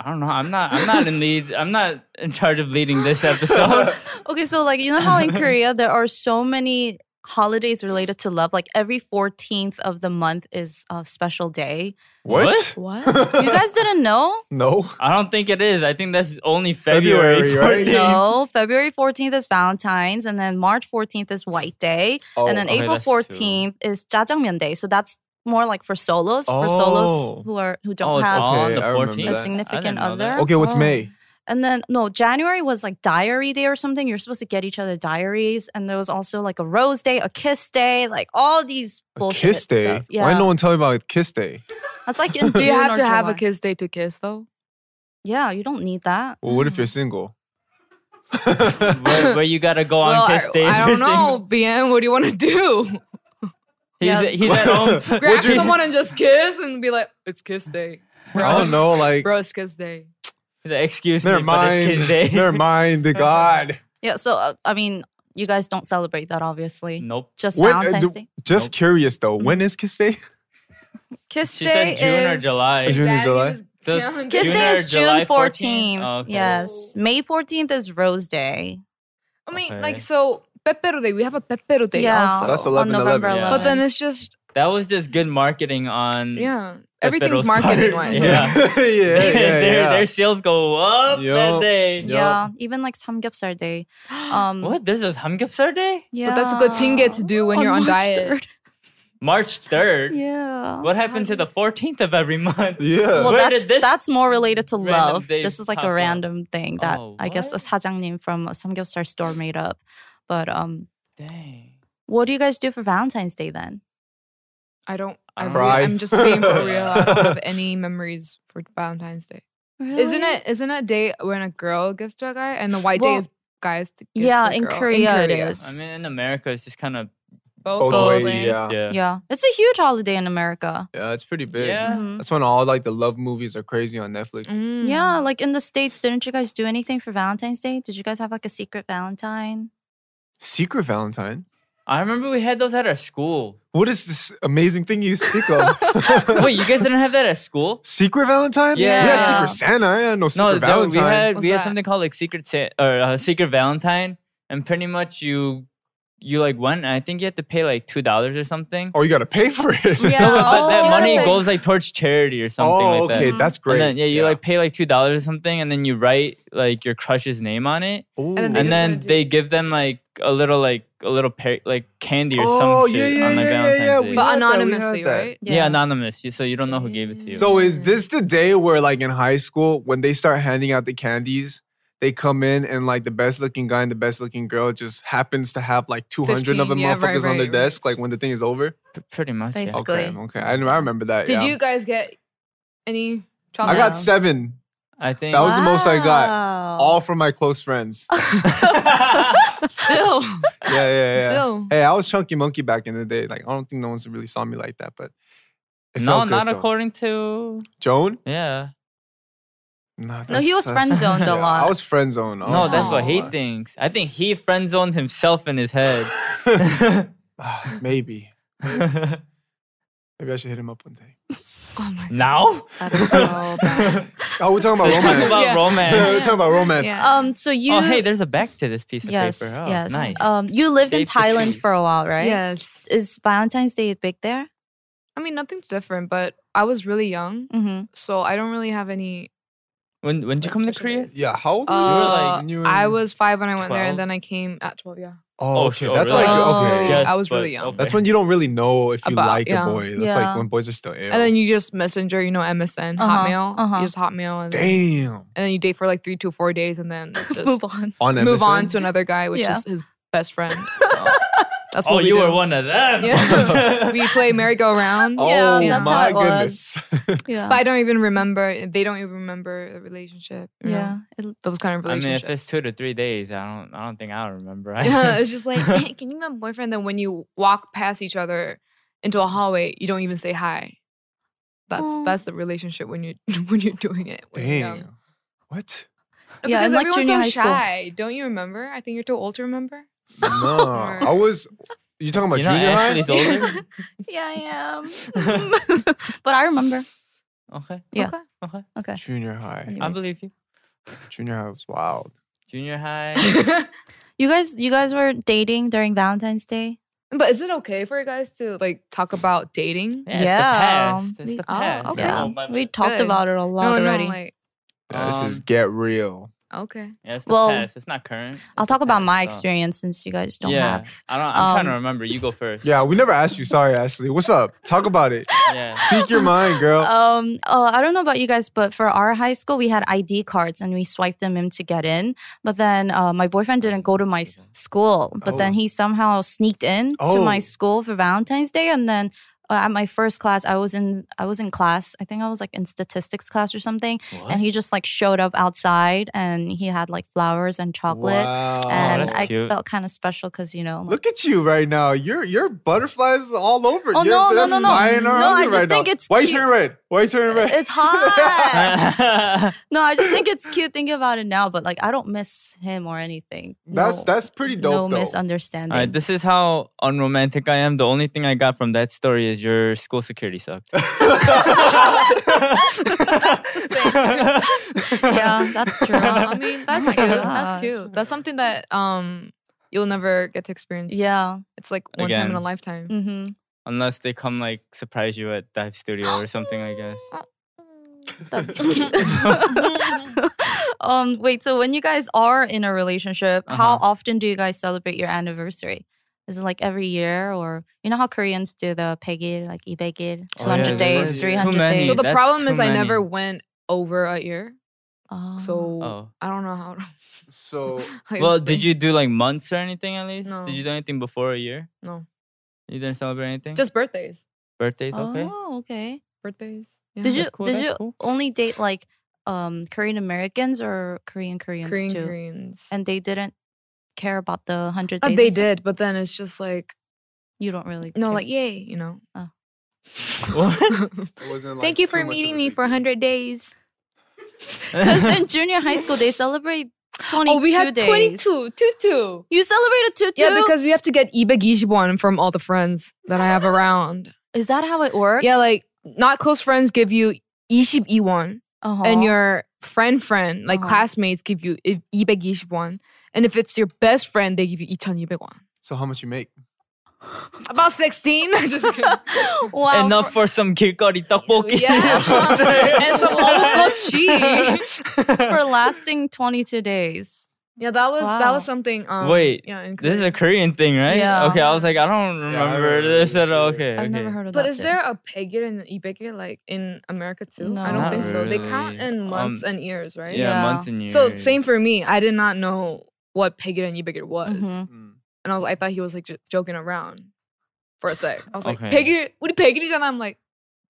[SPEAKER 4] I don't know. I'm not. I'm not in lead. I'm not in charge of leading this episode.
[SPEAKER 6] Okay, so like you know how in Korea there are so many holidays related to love. Like every fourteenth of the month is a special day.
[SPEAKER 3] What?
[SPEAKER 4] What?
[SPEAKER 5] What?
[SPEAKER 6] You guys didn't know?
[SPEAKER 3] No.
[SPEAKER 4] I don't think it is. I think that's only February.
[SPEAKER 3] February, right?
[SPEAKER 4] 14th.
[SPEAKER 6] No, February fourteenth is Valentine's, and then March fourteenth is White Day, and then
[SPEAKER 4] okay,
[SPEAKER 6] April
[SPEAKER 4] that's true.
[SPEAKER 6] fourteenth is Jajangmyeon Day. So that's more like for solos, for solos
[SPEAKER 4] Oh.
[SPEAKER 6] who are who
[SPEAKER 4] Oh,
[SPEAKER 6] don't
[SPEAKER 4] it's
[SPEAKER 6] have.
[SPEAKER 3] all-
[SPEAKER 4] on
[SPEAKER 3] Okay,
[SPEAKER 4] the
[SPEAKER 3] I remember
[SPEAKER 4] 14th.
[SPEAKER 3] that. A
[SPEAKER 6] significant
[SPEAKER 4] I didn't know that.
[SPEAKER 6] other?
[SPEAKER 3] Okay, what's
[SPEAKER 6] Oh.
[SPEAKER 3] May?
[SPEAKER 6] And then no, January was like diary day or something. You're supposed to get each other diaries, and there was also like a rose day, a kiss day, like all these
[SPEAKER 3] A
[SPEAKER 6] bullshit.
[SPEAKER 3] kiss day?
[SPEAKER 6] stuff. Yeah,
[SPEAKER 3] Why no one tell me about kiss day?
[SPEAKER 6] that's like in
[SPEAKER 5] Do you
[SPEAKER 6] June
[SPEAKER 5] have
[SPEAKER 6] or
[SPEAKER 5] to have a
[SPEAKER 6] July.
[SPEAKER 5] kiss day to kiss though?
[SPEAKER 6] Yeah, you don't need that.
[SPEAKER 3] Well, what if you're
[SPEAKER 5] Mm.
[SPEAKER 3] single?
[SPEAKER 4] Where, where you gotta go
[SPEAKER 5] well,
[SPEAKER 4] on kiss
[SPEAKER 5] I,
[SPEAKER 4] days.
[SPEAKER 5] I don't know, BM. What do you want to do?
[SPEAKER 4] He's,
[SPEAKER 6] Yeah.
[SPEAKER 4] he's at home.
[SPEAKER 5] Grab someone and just kiss and be like, "It's kiss day,
[SPEAKER 3] I don't know, like
[SPEAKER 5] bro. It's kiss day."
[SPEAKER 4] He's like, Excuse
[SPEAKER 3] Never
[SPEAKER 4] me,
[SPEAKER 3] mind.
[SPEAKER 4] but it's kiss day.
[SPEAKER 3] Never mind. The God.
[SPEAKER 6] Yeah, so uh, I mean, you guys don't celebrate that, obviously.
[SPEAKER 4] Nope.
[SPEAKER 6] Just
[SPEAKER 3] When- uh,
[SPEAKER 6] Valentine's
[SPEAKER 3] do-
[SPEAKER 6] Day.
[SPEAKER 3] just curious though, when is Kiss Day?
[SPEAKER 6] Kiss
[SPEAKER 4] She
[SPEAKER 6] day
[SPEAKER 4] said June or
[SPEAKER 6] is-
[SPEAKER 4] July.
[SPEAKER 3] June and July.
[SPEAKER 4] So it's
[SPEAKER 6] Kiss
[SPEAKER 4] June
[SPEAKER 6] day
[SPEAKER 4] or
[SPEAKER 6] is
[SPEAKER 4] July
[SPEAKER 6] June
[SPEAKER 4] 14th?
[SPEAKER 6] 14th.
[SPEAKER 4] Oh, okay.
[SPEAKER 6] Yes, May 14th is Rose Day.
[SPEAKER 5] I mean,
[SPEAKER 4] Okay.
[SPEAKER 5] like so Pepero Day. We have a Pepero Day
[SPEAKER 6] yeah,
[SPEAKER 5] also.
[SPEAKER 3] That's a lot.
[SPEAKER 6] on
[SPEAKER 3] 11,
[SPEAKER 6] November
[SPEAKER 3] 11,
[SPEAKER 6] 11th.
[SPEAKER 4] yeah.
[SPEAKER 5] but then it's just
[SPEAKER 4] That was just good marketing on.
[SPEAKER 5] yeah,
[SPEAKER 4] the
[SPEAKER 5] everything's
[SPEAKER 4] Pepero's
[SPEAKER 5] marketing
[SPEAKER 4] part. Mm.
[SPEAKER 5] wise.
[SPEAKER 4] Yeah.
[SPEAKER 3] yeah, yeah,
[SPEAKER 4] their,
[SPEAKER 3] yeah.
[SPEAKER 4] their sales go up
[SPEAKER 3] Yup.
[SPEAKER 4] that day.
[SPEAKER 6] yeah, even like Samgyeopsal Day. Um,
[SPEAKER 4] What? There's a Hamgyeopsal day?
[SPEAKER 6] Yeah,
[SPEAKER 5] But that's a good thing to do when you're on
[SPEAKER 6] March
[SPEAKER 5] diet.
[SPEAKER 6] 3rd.
[SPEAKER 4] March 3rd.
[SPEAKER 6] Yeah.
[SPEAKER 4] What happened to the 14th of every month?
[SPEAKER 3] Yeah.
[SPEAKER 6] Well,
[SPEAKER 4] Where
[SPEAKER 6] that's
[SPEAKER 4] did this
[SPEAKER 6] that's more related to
[SPEAKER 4] random
[SPEAKER 6] love.
[SPEAKER 4] day
[SPEAKER 6] This is like
[SPEAKER 4] pop
[SPEAKER 6] a
[SPEAKER 4] up?
[SPEAKER 6] random thing that
[SPEAKER 4] Oh,
[SPEAKER 6] I guess a
[SPEAKER 4] what?
[SPEAKER 6] sajangnim from a samgyeopsal store made up. But um,
[SPEAKER 4] Dang.
[SPEAKER 6] what do you guys do for Valentine's Day then?
[SPEAKER 5] I don't. I
[SPEAKER 4] don't
[SPEAKER 5] really,
[SPEAKER 3] know.
[SPEAKER 5] I'm just being for real. I don't have any memories for Valentine's Day. Isn't it? Isn't it a day when a girl gives to a guy and the white day
[SPEAKER 6] Well,
[SPEAKER 5] is guys? To give
[SPEAKER 6] yeah,
[SPEAKER 5] to a
[SPEAKER 6] in
[SPEAKER 5] girl?
[SPEAKER 6] Korea it is.
[SPEAKER 4] I mean, in America, it's just kind of.
[SPEAKER 5] Both.
[SPEAKER 3] Both
[SPEAKER 6] Both
[SPEAKER 3] ways,
[SPEAKER 6] ways.
[SPEAKER 3] yeah.
[SPEAKER 4] Yeah.
[SPEAKER 6] Yeah, it's a huge holiday in America.
[SPEAKER 3] Yeah, it's pretty big.
[SPEAKER 4] Yeah.
[SPEAKER 6] Mhm.
[SPEAKER 3] That's when all like the love movies are crazy on Netflix.
[SPEAKER 5] Mm-hmm. Mm.
[SPEAKER 4] Mm-hmm.
[SPEAKER 6] Yeah, like in the states, didn't you guys do anything for Valentine's Day? Did you guys have like a secret Valentine?
[SPEAKER 3] Secret Valentine.
[SPEAKER 4] I remember we had those at our school.
[SPEAKER 3] What is this amazing thing you speak of?
[SPEAKER 4] Wait, you guys didn't have that at school?
[SPEAKER 3] Secret Valentine?
[SPEAKER 4] Yeah.
[SPEAKER 3] We had Secret Santa. I had no Secret
[SPEAKER 4] no, there- we
[SPEAKER 3] Valentine.
[SPEAKER 4] had
[SPEAKER 5] What's
[SPEAKER 4] we had
[SPEAKER 5] that?
[SPEAKER 4] something called like secret Sa- or uh, secret Valentine, and pretty much you you like went, and I think you had to pay like two dollars or something.
[SPEAKER 3] Oh, you got to pay for it.
[SPEAKER 4] No, but that money goes like towards charity or something
[SPEAKER 3] Oh,
[SPEAKER 4] like that.
[SPEAKER 3] okay, that's great.
[SPEAKER 4] And then, yeah, you like pay like two dollars or something, and then you write like your crush's name on it,
[SPEAKER 3] Ooh.
[SPEAKER 5] then they
[SPEAKER 4] and then
[SPEAKER 5] just send it to
[SPEAKER 4] they give them like a little like a little par- like candy or
[SPEAKER 3] Oh,
[SPEAKER 4] some
[SPEAKER 3] yeah,
[SPEAKER 4] shit
[SPEAKER 3] yeah,
[SPEAKER 4] on like
[SPEAKER 3] yeah, yeah,
[SPEAKER 4] Valentine's
[SPEAKER 3] yeah,
[SPEAKER 4] Day.
[SPEAKER 3] we-
[SPEAKER 5] but
[SPEAKER 3] had that, we
[SPEAKER 5] anonymously,
[SPEAKER 3] had that.
[SPEAKER 5] right?
[SPEAKER 4] yeah. anonymous. You, so you don't know who gave it to you.
[SPEAKER 3] So is this the day where, like in high school, when they start handing out the candies, they come in and like the best looking guy and the best looking girl just happens to have like two hundred of
[SPEAKER 5] 15,
[SPEAKER 3] them
[SPEAKER 5] yeah,
[SPEAKER 3] motherfuckers
[SPEAKER 5] right,
[SPEAKER 3] on their
[SPEAKER 5] right, right.
[SPEAKER 3] desk, like when the thing is over.
[SPEAKER 4] P- pretty much. yeah.
[SPEAKER 6] Basically.
[SPEAKER 3] Okay, okay, I, I remember that.
[SPEAKER 5] Did
[SPEAKER 3] yeah.
[SPEAKER 5] you guys get any
[SPEAKER 3] I
[SPEAKER 5] chocolate?
[SPEAKER 3] got seven,
[SPEAKER 4] I think
[SPEAKER 3] That was the most I got.
[SPEAKER 6] Wow.
[SPEAKER 4] Oh.
[SPEAKER 3] all from my close friends. yeah,
[SPEAKER 5] still,
[SPEAKER 3] yeah, yeah.
[SPEAKER 5] still.
[SPEAKER 3] Hey, I was chunky monkey back in the day. Like I don't think no one's really saw me like that, but it
[SPEAKER 4] no,
[SPEAKER 3] felt good,
[SPEAKER 4] not
[SPEAKER 3] though.
[SPEAKER 4] according to
[SPEAKER 3] Joan.
[SPEAKER 4] yeah.
[SPEAKER 6] No, he was friend zoned a lot.
[SPEAKER 3] I was friend zoned.
[SPEAKER 4] No, that's what he
[SPEAKER 3] did.
[SPEAKER 4] thinks. I think he friend zoned himself in his head.
[SPEAKER 3] Maybe. Maybe I should hit him up one day.
[SPEAKER 4] now
[SPEAKER 5] That's so bad.
[SPEAKER 3] Oh, we're talking about
[SPEAKER 4] talk
[SPEAKER 3] romance.
[SPEAKER 4] about
[SPEAKER 5] Yeah.
[SPEAKER 3] we're
[SPEAKER 4] romance.
[SPEAKER 3] talking about romance.
[SPEAKER 5] Yeah.
[SPEAKER 6] Um, so you.
[SPEAKER 4] oh, hey, there's a back to this piece of
[SPEAKER 6] yes,
[SPEAKER 4] paper. Oh,
[SPEAKER 6] yes.
[SPEAKER 4] nice.
[SPEAKER 6] Um, you lived in
[SPEAKER 4] Save the
[SPEAKER 6] Thailand
[SPEAKER 4] trees.
[SPEAKER 6] for a while, right?
[SPEAKER 5] Yes.
[SPEAKER 6] Is Valentine's Day big there?
[SPEAKER 5] I mean, nothing's different, but I was really young,
[SPEAKER 6] Mm-hmm.
[SPEAKER 5] so I don't really have any.
[SPEAKER 4] when when did you
[SPEAKER 5] like,
[SPEAKER 4] come to
[SPEAKER 5] special
[SPEAKER 4] Korea?
[SPEAKER 5] days.
[SPEAKER 3] Yeah, how old were
[SPEAKER 4] were,
[SPEAKER 5] Uh,
[SPEAKER 4] like,
[SPEAKER 3] when you were
[SPEAKER 5] I
[SPEAKER 3] in-
[SPEAKER 5] was five when I went there,
[SPEAKER 4] 12?
[SPEAKER 5] and then I came at twelve. Yeah.
[SPEAKER 3] Oh, okay. That's
[SPEAKER 5] really?
[SPEAKER 3] like
[SPEAKER 5] Oh,
[SPEAKER 3] okay.
[SPEAKER 5] yeah. I was really young.
[SPEAKER 3] That's when you don't really know if you
[SPEAKER 5] About-
[SPEAKER 3] like
[SPEAKER 5] yeah.
[SPEAKER 3] a boy. That's
[SPEAKER 6] Yeah.
[SPEAKER 3] like when boys are still ill.
[SPEAKER 5] And then you just messenger, you know, MSN,
[SPEAKER 6] Uh-huh,
[SPEAKER 5] Hotmail.
[SPEAKER 6] uh-huh.
[SPEAKER 5] You just Hotmail, and, and
[SPEAKER 3] Damn.
[SPEAKER 5] then you date for like three to four days, and then just
[SPEAKER 6] Move on.
[SPEAKER 3] On
[SPEAKER 5] move on
[SPEAKER 3] MSN?
[SPEAKER 5] to another guy, which
[SPEAKER 6] Yeah.
[SPEAKER 5] is his best friend. So that's what
[SPEAKER 4] Oh,
[SPEAKER 5] we
[SPEAKER 4] you
[SPEAKER 5] do.
[SPEAKER 4] were one of them.
[SPEAKER 5] Yeah. we play merry-go-round.
[SPEAKER 3] Oh
[SPEAKER 6] Yeah, that's how
[SPEAKER 3] my
[SPEAKER 6] it was.
[SPEAKER 3] goodness.
[SPEAKER 6] Yeah.
[SPEAKER 5] But I don't even remember. They don't even remember the relationship. You
[SPEAKER 6] yeah.
[SPEAKER 5] Know? Those kind of
[SPEAKER 4] I mean, if
[SPEAKER 5] relationships.
[SPEAKER 4] it's two to three days, I don't, I don't think I'll remember.
[SPEAKER 5] yeah, it's just like, "Eh, can you be my boyfriend? Then when you walk past each other into a hallway, you don't even say hi. That's
[SPEAKER 6] Aw.
[SPEAKER 5] that's the relationship when you when you're doing it. when you're young.
[SPEAKER 3] Damn. What?
[SPEAKER 6] Yeah,
[SPEAKER 5] because
[SPEAKER 6] in, like,
[SPEAKER 5] everyone's
[SPEAKER 6] junior high
[SPEAKER 5] so
[SPEAKER 6] school.
[SPEAKER 5] shy. Don't you remember? I think you're too old to remember.
[SPEAKER 3] No. I was you talking about
[SPEAKER 4] You're not
[SPEAKER 3] junior high?
[SPEAKER 4] Ashley's older.
[SPEAKER 6] Yeah, I am. but I remember.
[SPEAKER 4] okay,
[SPEAKER 6] Yeah.
[SPEAKER 5] Okay.
[SPEAKER 4] okay,
[SPEAKER 6] Okay.
[SPEAKER 3] Junior high.
[SPEAKER 4] I
[SPEAKER 6] Anyways.
[SPEAKER 4] believe you.
[SPEAKER 3] Junior high was wild.
[SPEAKER 4] Junior high.
[SPEAKER 6] You guys, you guys were dating during Valentine's Day.
[SPEAKER 5] But is it okay for you guys to like talk about dating?
[SPEAKER 4] Yeah, it's the past. It's
[SPEAKER 6] We-
[SPEAKER 4] the
[SPEAKER 6] oh,
[SPEAKER 4] past.
[SPEAKER 6] okay.
[SPEAKER 4] Yeah. Oh, my
[SPEAKER 6] We
[SPEAKER 4] bad.
[SPEAKER 6] talked
[SPEAKER 5] Good.
[SPEAKER 6] about it a lot
[SPEAKER 5] no,
[SPEAKER 6] already.
[SPEAKER 5] no, like
[SPEAKER 3] Yeah, this is
[SPEAKER 4] Um,
[SPEAKER 3] get real.
[SPEAKER 5] okay.
[SPEAKER 4] Yeah, it's the
[SPEAKER 6] Well,
[SPEAKER 4] past. It's not current.
[SPEAKER 6] I'll
[SPEAKER 4] It's the
[SPEAKER 6] talk about
[SPEAKER 4] past,
[SPEAKER 6] my
[SPEAKER 4] so-
[SPEAKER 6] experience since you guys don't
[SPEAKER 4] yeah,
[SPEAKER 6] have.
[SPEAKER 4] I don't. I'm trying to
[SPEAKER 6] Um,
[SPEAKER 4] remember. You go first.
[SPEAKER 3] Yeah, we never asked you. Sorry, Ashley. What's up? Talk about it.
[SPEAKER 4] yeah.
[SPEAKER 3] Speak your mind, girl.
[SPEAKER 6] Um, uh, I don't know about you guys, but for our high school, we had ID cards and we swiped them in to get in. But then uh, my boyfriend didn't go to my s- school, but then
[SPEAKER 3] Oh.
[SPEAKER 6] he somehow sneaked in to my
[SPEAKER 3] Oh.
[SPEAKER 6] school for Valentine's Day, and then. uh, At my first class, I was in I was in class. I think I was like in statistics class or something, and he just like showed up outside, and he had like flowers and chocolate,
[SPEAKER 3] Wow.
[SPEAKER 6] and
[SPEAKER 4] that's
[SPEAKER 6] I
[SPEAKER 4] cute.
[SPEAKER 6] felt kind of special because you know, like,
[SPEAKER 3] Look at you right now. You're you're butterflies all over.
[SPEAKER 6] Oh,
[SPEAKER 3] You're-
[SPEAKER 6] no, no,
[SPEAKER 3] they're
[SPEAKER 6] no, no.
[SPEAKER 3] flying
[SPEAKER 6] No,
[SPEAKER 3] around
[SPEAKER 6] I
[SPEAKER 3] you
[SPEAKER 6] just
[SPEAKER 3] right
[SPEAKER 6] think
[SPEAKER 3] now.
[SPEAKER 6] it's
[SPEAKER 3] Why
[SPEAKER 6] cute.
[SPEAKER 3] you turn red? Why you turn red?
[SPEAKER 6] it's hot.
[SPEAKER 4] yeah.
[SPEAKER 6] No, I just think it's cute thinking about it now, but like I don't miss him or anything.
[SPEAKER 3] that's
[SPEAKER 6] No-
[SPEAKER 3] that's pretty
[SPEAKER 6] no
[SPEAKER 3] dope though.
[SPEAKER 6] misunderstanding.
[SPEAKER 4] All right, this is how unromantic I am. The only thing I got from that story is your school security sucked.
[SPEAKER 6] yeah, that's true.
[SPEAKER 5] Uh, I
[SPEAKER 6] Oh
[SPEAKER 5] mean, that's cute.
[SPEAKER 6] gosh.
[SPEAKER 5] That's cute. That's something that um you'll never get to experience.
[SPEAKER 6] yeah.
[SPEAKER 5] It's like one time in a
[SPEAKER 4] Again.
[SPEAKER 5] lifetime.
[SPEAKER 6] hmm
[SPEAKER 4] Unless they come like surprise you at dive studio or something, I guess.
[SPEAKER 6] um. Wait. So when you guys are in a relationship, how
[SPEAKER 4] Uh-huh.
[SPEAKER 6] often do you guys celebrate your anniversary? Is it like every year, or you know how Koreans do the pegir, like ibegir,
[SPEAKER 4] Oh,
[SPEAKER 6] two hundred
[SPEAKER 4] yeah,
[SPEAKER 6] days,
[SPEAKER 3] that's-
[SPEAKER 6] three
[SPEAKER 4] too
[SPEAKER 6] hundred
[SPEAKER 4] many.
[SPEAKER 6] days.
[SPEAKER 5] So the
[SPEAKER 4] That's
[SPEAKER 5] problem
[SPEAKER 4] too
[SPEAKER 5] is I never
[SPEAKER 4] many.
[SPEAKER 5] went over a year.
[SPEAKER 6] Oh.
[SPEAKER 5] So
[SPEAKER 4] Oh.
[SPEAKER 5] I don't know how to
[SPEAKER 3] so
[SPEAKER 5] how to
[SPEAKER 4] Well, did
[SPEAKER 5] explain.
[SPEAKER 4] you do like months or anything at least?
[SPEAKER 5] No.
[SPEAKER 4] Did you do anything before a year?
[SPEAKER 5] No.
[SPEAKER 4] You didn't celebrate anything?
[SPEAKER 5] just birthdays.
[SPEAKER 4] birthdays, okay.
[SPEAKER 6] Oh, okay.
[SPEAKER 5] Birthdays. Yeah.
[SPEAKER 6] Did you
[SPEAKER 4] that's cool,
[SPEAKER 6] did
[SPEAKER 4] that's
[SPEAKER 6] you
[SPEAKER 4] cool.
[SPEAKER 6] only date like um Korean Americans or Korean Koreans
[SPEAKER 5] Korean
[SPEAKER 6] too?
[SPEAKER 5] Koreans?
[SPEAKER 6] And they didn't care about the hundred
[SPEAKER 5] Uh,
[SPEAKER 6] days.
[SPEAKER 5] they
[SPEAKER 6] and stuff?
[SPEAKER 5] did, but then it's just like
[SPEAKER 6] You don't really.
[SPEAKER 5] no,
[SPEAKER 6] care.
[SPEAKER 5] like yay, you know.
[SPEAKER 6] Oh.
[SPEAKER 3] it wasn't like
[SPEAKER 5] Thank you
[SPEAKER 3] too
[SPEAKER 5] for
[SPEAKER 3] much of a
[SPEAKER 5] meeting me
[SPEAKER 3] big
[SPEAKER 5] for
[SPEAKER 3] deal.
[SPEAKER 5] 100 days.
[SPEAKER 6] Because in junior high school, they celebrate 22
[SPEAKER 5] Oh, we had
[SPEAKER 6] days.
[SPEAKER 5] 22, 22.
[SPEAKER 6] You celebrated 22?
[SPEAKER 5] Yeah, because we have to get Iba Gishibon from all the friends that I have around.
[SPEAKER 6] Is that how it works?
[SPEAKER 5] Yeah, like not close friends give you Ishib Iwon,
[SPEAKER 6] uh-huh.
[SPEAKER 5] and your friend friend, like
[SPEAKER 6] Uh-huh.
[SPEAKER 5] classmates, give you Iba Gishibon. And if it's your best friend, they give you Ichan Ibegon.
[SPEAKER 3] So how much you make?
[SPEAKER 5] About 16. Just kidding.
[SPEAKER 6] wow.
[SPEAKER 4] Enough for some 길거리
[SPEAKER 6] Oh,
[SPEAKER 4] 떡볶이.
[SPEAKER 5] Yeah.
[SPEAKER 6] uh,
[SPEAKER 5] and some ogochi.
[SPEAKER 6] for lasting 22 days.
[SPEAKER 5] Yeah, that was that
[SPEAKER 6] Wow.
[SPEAKER 5] was something. Um,
[SPEAKER 4] Wait,
[SPEAKER 5] yeah, in
[SPEAKER 4] this is a
[SPEAKER 5] Korea.
[SPEAKER 4] Korean thing, right?
[SPEAKER 6] Yeah.
[SPEAKER 4] Okay, I was like, I don't remember
[SPEAKER 3] Yeah, I don't remember
[SPEAKER 4] this
[SPEAKER 3] this
[SPEAKER 4] at all.
[SPEAKER 3] either.
[SPEAKER 4] Okay,
[SPEAKER 6] I've
[SPEAKER 4] okay.
[SPEAKER 6] never heard of that.
[SPEAKER 5] But is
[SPEAKER 6] too.
[SPEAKER 5] there a pegir and an ibegir like in America too? I
[SPEAKER 6] No.
[SPEAKER 5] don't think
[SPEAKER 4] Not
[SPEAKER 5] so. They count
[SPEAKER 4] really.
[SPEAKER 5] in months
[SPEAKER 4] Um,
[SPEAKER 5] and years, right?
[SPEAKER 4] Yeah,
[SPEAKER 6] Yeah.
[SPEAKER 4] months and years.
[SPEAKER 5] So same for me. I did not know what pegir and ibegir was,
[SPEAKER 6] Mhm.
[SPEAKER 3] Mm.
[SPEAKER 5] and I was I thought he was like j- joking around for a sec. I was like
[SPEAKER 4] Okay.
[SPEAKER 5] pegir, what do pegir is? And I'm like,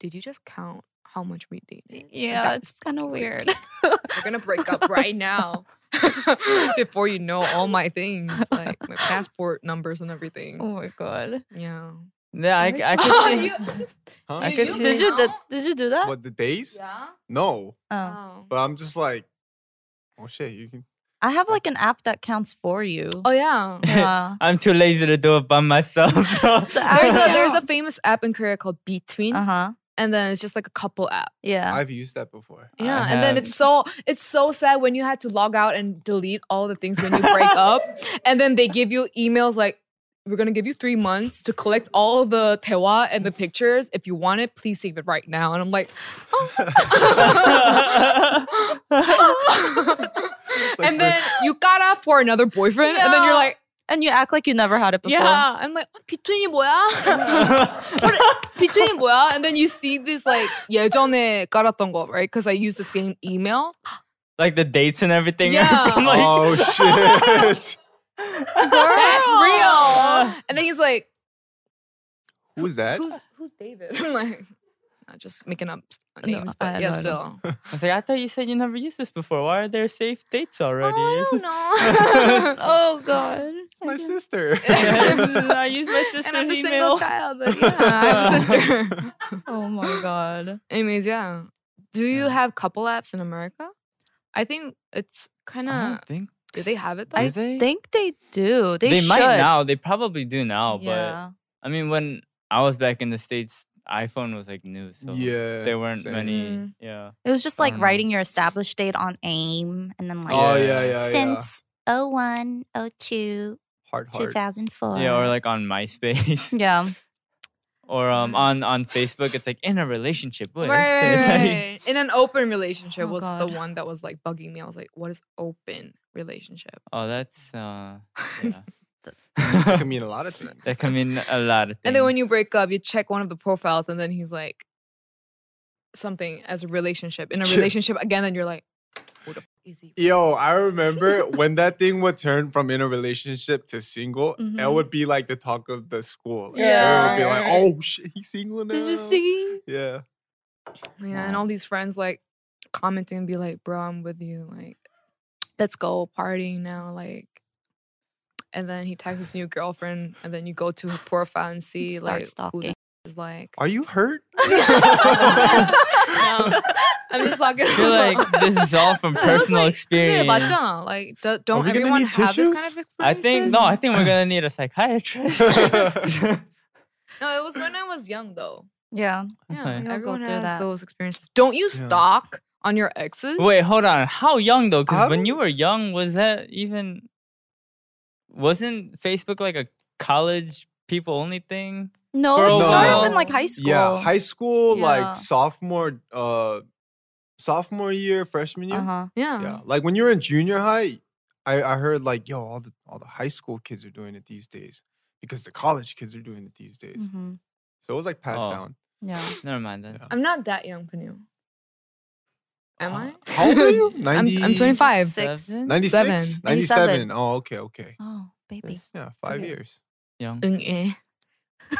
[SPEAKER 5] did you just count how much we dated? Like,
[SPEAKER 6] Yeah,
[SPEAKER 5] that's
[SPEAKER 6] it's kind of
[SPEAKER 5] pretty
[SPEAKER 6] weird.
[SPEAKER 5] cute. We're gonna break up right now. Before you know all my things, like my passport numbers and
[SPEAKER 6] oh
[SPEAKER 5] everything.
[SPEAKER 6] my god.
[SPEAKER 5] Yeah.
[SPEAKER 4] Yeah, I, I could
[SPEAKER 5] Oh,
[SPEAKER 4] see.
[SPEAKER 5] you-
[SPEAKER 3] Huh?
[SPEAKER 4] I could see.
[SPEAKER 6] Did you
[SPEAKER 5] know?
[SPEAKER 6] did, did you do that?
[SPEAKER 3] What the days?
[SPEAKER 5] Yeah.
[SPEAKER 3] No,
[SPEAKER 6] Oh.
[SPEAKER 5] Oh.
[SPEAKER 3] but I'm just like, oh shit, you can.
[SPEAKER 6] I have like an app that counts for you.
[SPEAKER 5] Oh yeah.
[SPEAKER 6] Yeah.
[SPEAKER 4] I'm too lazy to do it by myself. So
[SPEAKER 6] The app
[SPEAKER 5] There's a
[SPEAKER 6] that-
[SPEAKER 5] there's a famous app in Korea called Between,
[SPEAKER 6] Uh huh.
[SPEAKER 5] and then it's just like a couple app.
[SPEAKER 6] Yeah.
[SPEAKER 3] I've used that before.
[SPEAKER 5] Yeah,
[SPEAKER 4] I
[SPEAKER 5] and then it's so it's so sad when you had to log out and delete all the things when you break up, and then they give you emails like. We're gonna give you three months to collect all the tewa and the pictures. If you want it, please save it right now. And I'm like, "Oh."
[SPEAKER 3] like
[SPEAKER 5] and then you got up for another boyfriend, and then you're
[SPEAKER 6] Yeah.
[SPEAKER 5] like,
[SPEAKER 6] and you act like you never had it before.
[SPEAKER 5] yeah. I'm like, "Oh, between이 뭐야? between 뭐야? And then you see this like 예전에 깔았던 거, right? Because I use the same email.
[SPEAKER 4] like the dates and everything.
[SPEAKER 5] Yeah.
[SPEAKER 4] I'm like,
[SPEAKER 3] oh shit!
[SPEAKER 5] That's real. And then he's like,
[SPEAKER 3] Who's that?
[SPEAKER 5] who's who's David? I'm like, not just making up names, but
[SPEAKER 6] I
[SPEAKER 5] yeah,
[SPEAKER 6] know, I
[SPEAKER 5] still.
[SPEAKER 4] I was like, I thought you said you never used this before. Why are there safe dates already?
[SPEAKER 5] Oh, no.
[SPEAKER 6] Oh god.
[SPEAKER 3] It's my sister.
[SPEAKER 4] I use my sister's
[SPEAKER 5] and I'm a
[SPEAKER 4] email.
[SPEAKER 5] single child, but yeah, I have a sister.
[SPEAKER 6] Oh my god.
[SPEAKER 5] Anyways, yeah. Do you have couple apps in America? I think it's kind
[SPEAKER 4] I
[SPEAKER 5] of.
[SPEAKER 6] Uh-huh.
[SPEAKER 4] don't think.
[SPEAKER 5] Do they have it
[SPEAKER 4] Do
[SPEAKER 5] though?
[SPEAKER 6] I
[SPEAKER 4] they?
[SPEAKER 6] think they do. They, should.
[SPEAKER 4] might now. They probably do now.
[SPEAKER 6] yeah.
[SPEAKER 4] But I mean, when I was back in the states, iPhone was like new, so
[SPEAKER 3] yeah,
[SPEAKER 4] there weren't
[SPEAKER 3] same.
[SPEAKER 4] many.
[SPEAKER 5] Mm.
[SPEAKER 4] Yeah.
[SPEAKER 6] It was just
[SPEAKER 4] I
[SPEAKER 6] like
[SPEAKER 4] don't know.
[SPEAKER 6] writing your established date on AIM and then like
[SPEAKER 3] Oh yeah, yeah, yeah.
[SPEAKER 6] since 01, 02,
[SPEAKER 3] hard, hard.
[SPEAKER 6] 2004.
[SPEAKER 4] Yeah, or like on MySpace.
[SPEAKER 6] Yeah.
[SPEAKER 4] Or um on on Facebook, it's like in a relationship with.
[SPEAKER 5] Mm-hmm. Right,
[SPEAKER 4] It's
[SPEAKER 5] right,
[SPEAKER 4] like-
[SPEAKER 5] right. In an open relationship
[SPEAKER 6] Oh,
[SPEAKER 5] was
[SPEAKER 6] God.
[SPEAKER 5] the one that was like bugging me. I was like, what is open relationship?
[SPEAKER 4] Oh, that's uh, yeah.
[SPEAKER 3] That can mean a lot of things.
[SPEAKER 4] that can mean a lot of things.
[SPEAKER 5] And then when you break up, you check one of the profiles and then he's like something as a relationship. In a
[SPEAKER 3] Yeah.
[SPEAKER 5] relationship again, then you're like, what the f- is he?
[SPEAKER 3] Yo, I remember when that thing would turn from in a relationship to single, that
[SPEAKER 6] Mhm.
[SPEAKER 3] would be like the talk of the school. Like,
[SPEAKER 5] Yeah.
[SPEAKER 3] Everyone would be like, oh shit, he's single now.
[SPEAKER 6] Did you see?
[SPEAKER 3] Yeah.
[SPEAKER 5] Oh, Yeah, and all these friends like commenting and be like, bro, I'm with you. Like, let's go partying now. Like, and then he texts his new girlfriend, and then you go to her profile and see
[SPEAKER 6] Start
[SPEAKER 5] like who the
[SPEAKER 6] stalking.
[SPEAKER 5] f- is like.
[SPEAKER 3] Are you hurt?
[SPEAKER 5] no, I'm just talking.
[SPEAKER 4] I feel like this is all from
[SPEAKER 5] No, it was
[SPEAKER 4] personal
[SPEAKER 5] like,
[SPEAKER 4] experience.
[SPEAKER 5] 네, 맞잖아. Like, do, don't
[SPEAKER 3] we gonna
[SPEAKER 5] everyone
[SPEAKER 3] need
[SPEAKER 5] have this kind
[SPEAKER 3] tissues?
[SPEAKER 5] of experience?
[SPEAKER 4] I think no, I think we're gonna need a psychiatrist.
[SPEAKER 5] no, it was when I was young, though.
[SPEAKER 6] Yeah.
[SPEAKER 5] Yeah,
[SPEAKER 4] Okay. You'll
[SPEAKER 6] go
[SPEAKER 5] everyone
[SPEAKER 6] through
[SPEAKER 5] has
[SPEAKER 6] that.
[SPEAKER 5] those experiences. Don't you
[SPEAKER 3] Yeah.
[SPEAKER 5] stalk on your exes?
[SPEAKER 4] Wait, hold on. How young though?
[SPEAKER 3] I
[SPEAKER 4] Because when
[SPEAKER 3] don't-
[SPEAKER 4] you were young, was that even wasn't Facebook like a college people only thing?
[SPEAKER 6] No,
[SPEAKER 4] For
[SPEAKER 6] it
[SPEAKER 3] a
[SPEAKER 6] started
[SPEAKER 3] while.
[SPEAKER 6] in like high school.
[SPEAKER 3] Yeah. High school,
[SPEAKER 6] Yeah.
[SPEAKER 3] like sophomore, uh, sophomore year, freshman year.
[SPEAKER 6] Uh huh.
[SPEAKER 5] Yeah.
[SPEAKER 3] Yeah. Like when you're in junior high, I, I heard like, yo, all the all the high school kids are doing it these days because the college kids are doing it these days.
[SPEAKER 6] hmm
[SPEAKER 3] So it was like passed
[SPEAKER 4] Oh.
[SPEAKER 3] down.
[SPEAKER 6] Yeah.
[SPEAKER 4] Never mind then.
[SPEAKER 3] Yeah.
[SPEAKER 5] I'm not that young, Panu. Am I?
[SPEAKER 3] How old are you? 90,
[SPEAKER 5] I'm, I'm 25.
[SPEAKER 6] Six.
[SPEAKER 4] Seven?
[SPEAKER 3] 96?
[SPEAKER 5] Seven.
[SPEAKER 3] 97. Oh, okay, okay.
[SPEAKER 6] Oh, baby.
[SPEAKER 4] That's
[SPEAKER 3] Yeah, five
[SPEAKER 4] Okay.
[SPEAKER 3] years.
[SPEAKER 4] Young.
[SPEAKER 5] Mm, eh.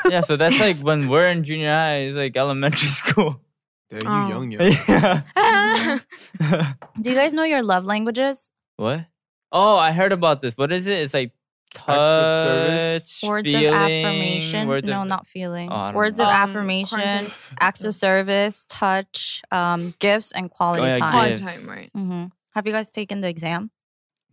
[SPEAKER 4] Yeah, so that's like when we're in junior high, it's like elementary school.
[SPEAKER 3] Damn, you
[SPEAKER 5] Oh.
[SPEAKER 3] young, young.
[SPEAKER 4] yeah.
[SPEAKER 5] Ah.
[SPEAKER 6] Do you guys know your love languages?
[SPEAKER 4] What? Oh, I heard about this. What is it? It's like
[SPEAKER 3] Acts of
[SPEAKER 4] touch,
[SPEAKER 3] service?
[SPEAKER 6] Words of
[SPEAKER 4] feeling,
[SPEAKER 6] affirmation.
[SPEAKER 4] words
[SPEAKER 6] no,
[SPEAKER 4] of-
[SPEAKER 6] not feeling.
[SPEAKER 4] Oh, I don't
[SPEAKER 6] Words
[SPEAKER 4] know.
[SPEAKER 6] of
[SPEAKER 5] Um,
[SPEAKER 6] affirmation,
[SPEAKER 5] quarantine.
[SPEAKER 6] acts of service, touch, um, gifts, and quality
[SPEAKER 4] Oh, yeah,
[SPEAKER 6] time.
[SPEAKER 5] Quality
[SPEAKER 4] Yes.
[SPEAKER 5] time, right?
[SPEAKER 6] hmm Have you guys taken the exam?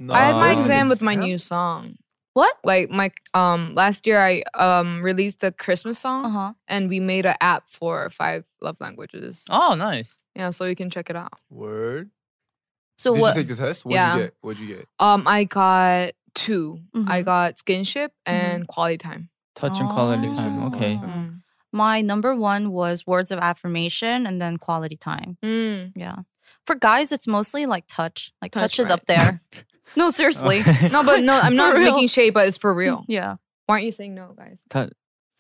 [SPEAKER 3] No,
[SPEAKER 5] I had my
[SPEAKER 4] it's an
[SPEAKER 5] exam with my new song.
[SPEAKER 6] What?
[SPEAKER 5] Like my um last year I um released a Christmas song
[SPEAKER 6] Uh huh.
[SPEAKER 5] and we made an app for five love languages.
[SPEAKER 4] Oh, nice.
[SPEAKER 5] Yeah, so you can check it out.
[SPEAKER 3] Word.
[SPEAKER 6] So
[SPEAKER 3] Did
[SPEAKER 6] what?
[SPEAKER 3] you take the test? What'd
[SPEAKER 5] Yeah.
[SPEAKER 3] you get? What'd you get?
[SPEAKER 5] Um I got 2 I
[SPEAKER 6] Mhm.
[SPEAKER 5] got skinship
[SPEAKER 6] Mm-hmm.
[SPEAKER 5] and quality time.
[SPEAKER 4] Touch and quality
[SPEAKER 6] Oh.
[SPEAKER 4] time. Okay.
[SPEAKER 6] Mm. My number one was words of affirmation and then quality time.
[SPEAKER 5] Mm.
[SPEAKER 6] Yeah. For guys, it's mostly like touch. Like touch,
[SPEAKER 5] Touch,
[SPEAKER 6] is up
[SPEAKER 5] right.
[SPEAKER 6] there. no, seriously.
[SPEAKER 5] No, but no, I'm
[SPEAKER 6] For
[SPEAKER 5] not
[SPEAKER 6] real.
[SPEAKER 5] making shade, but it's for
[SPEAKER 3] Oh.
[SPEAKER 5] real.
[SPEAKER 6] yeah.
[SPEAKER 5] Why aren't you saying no, guys?
[SPEAKER 4] Touch.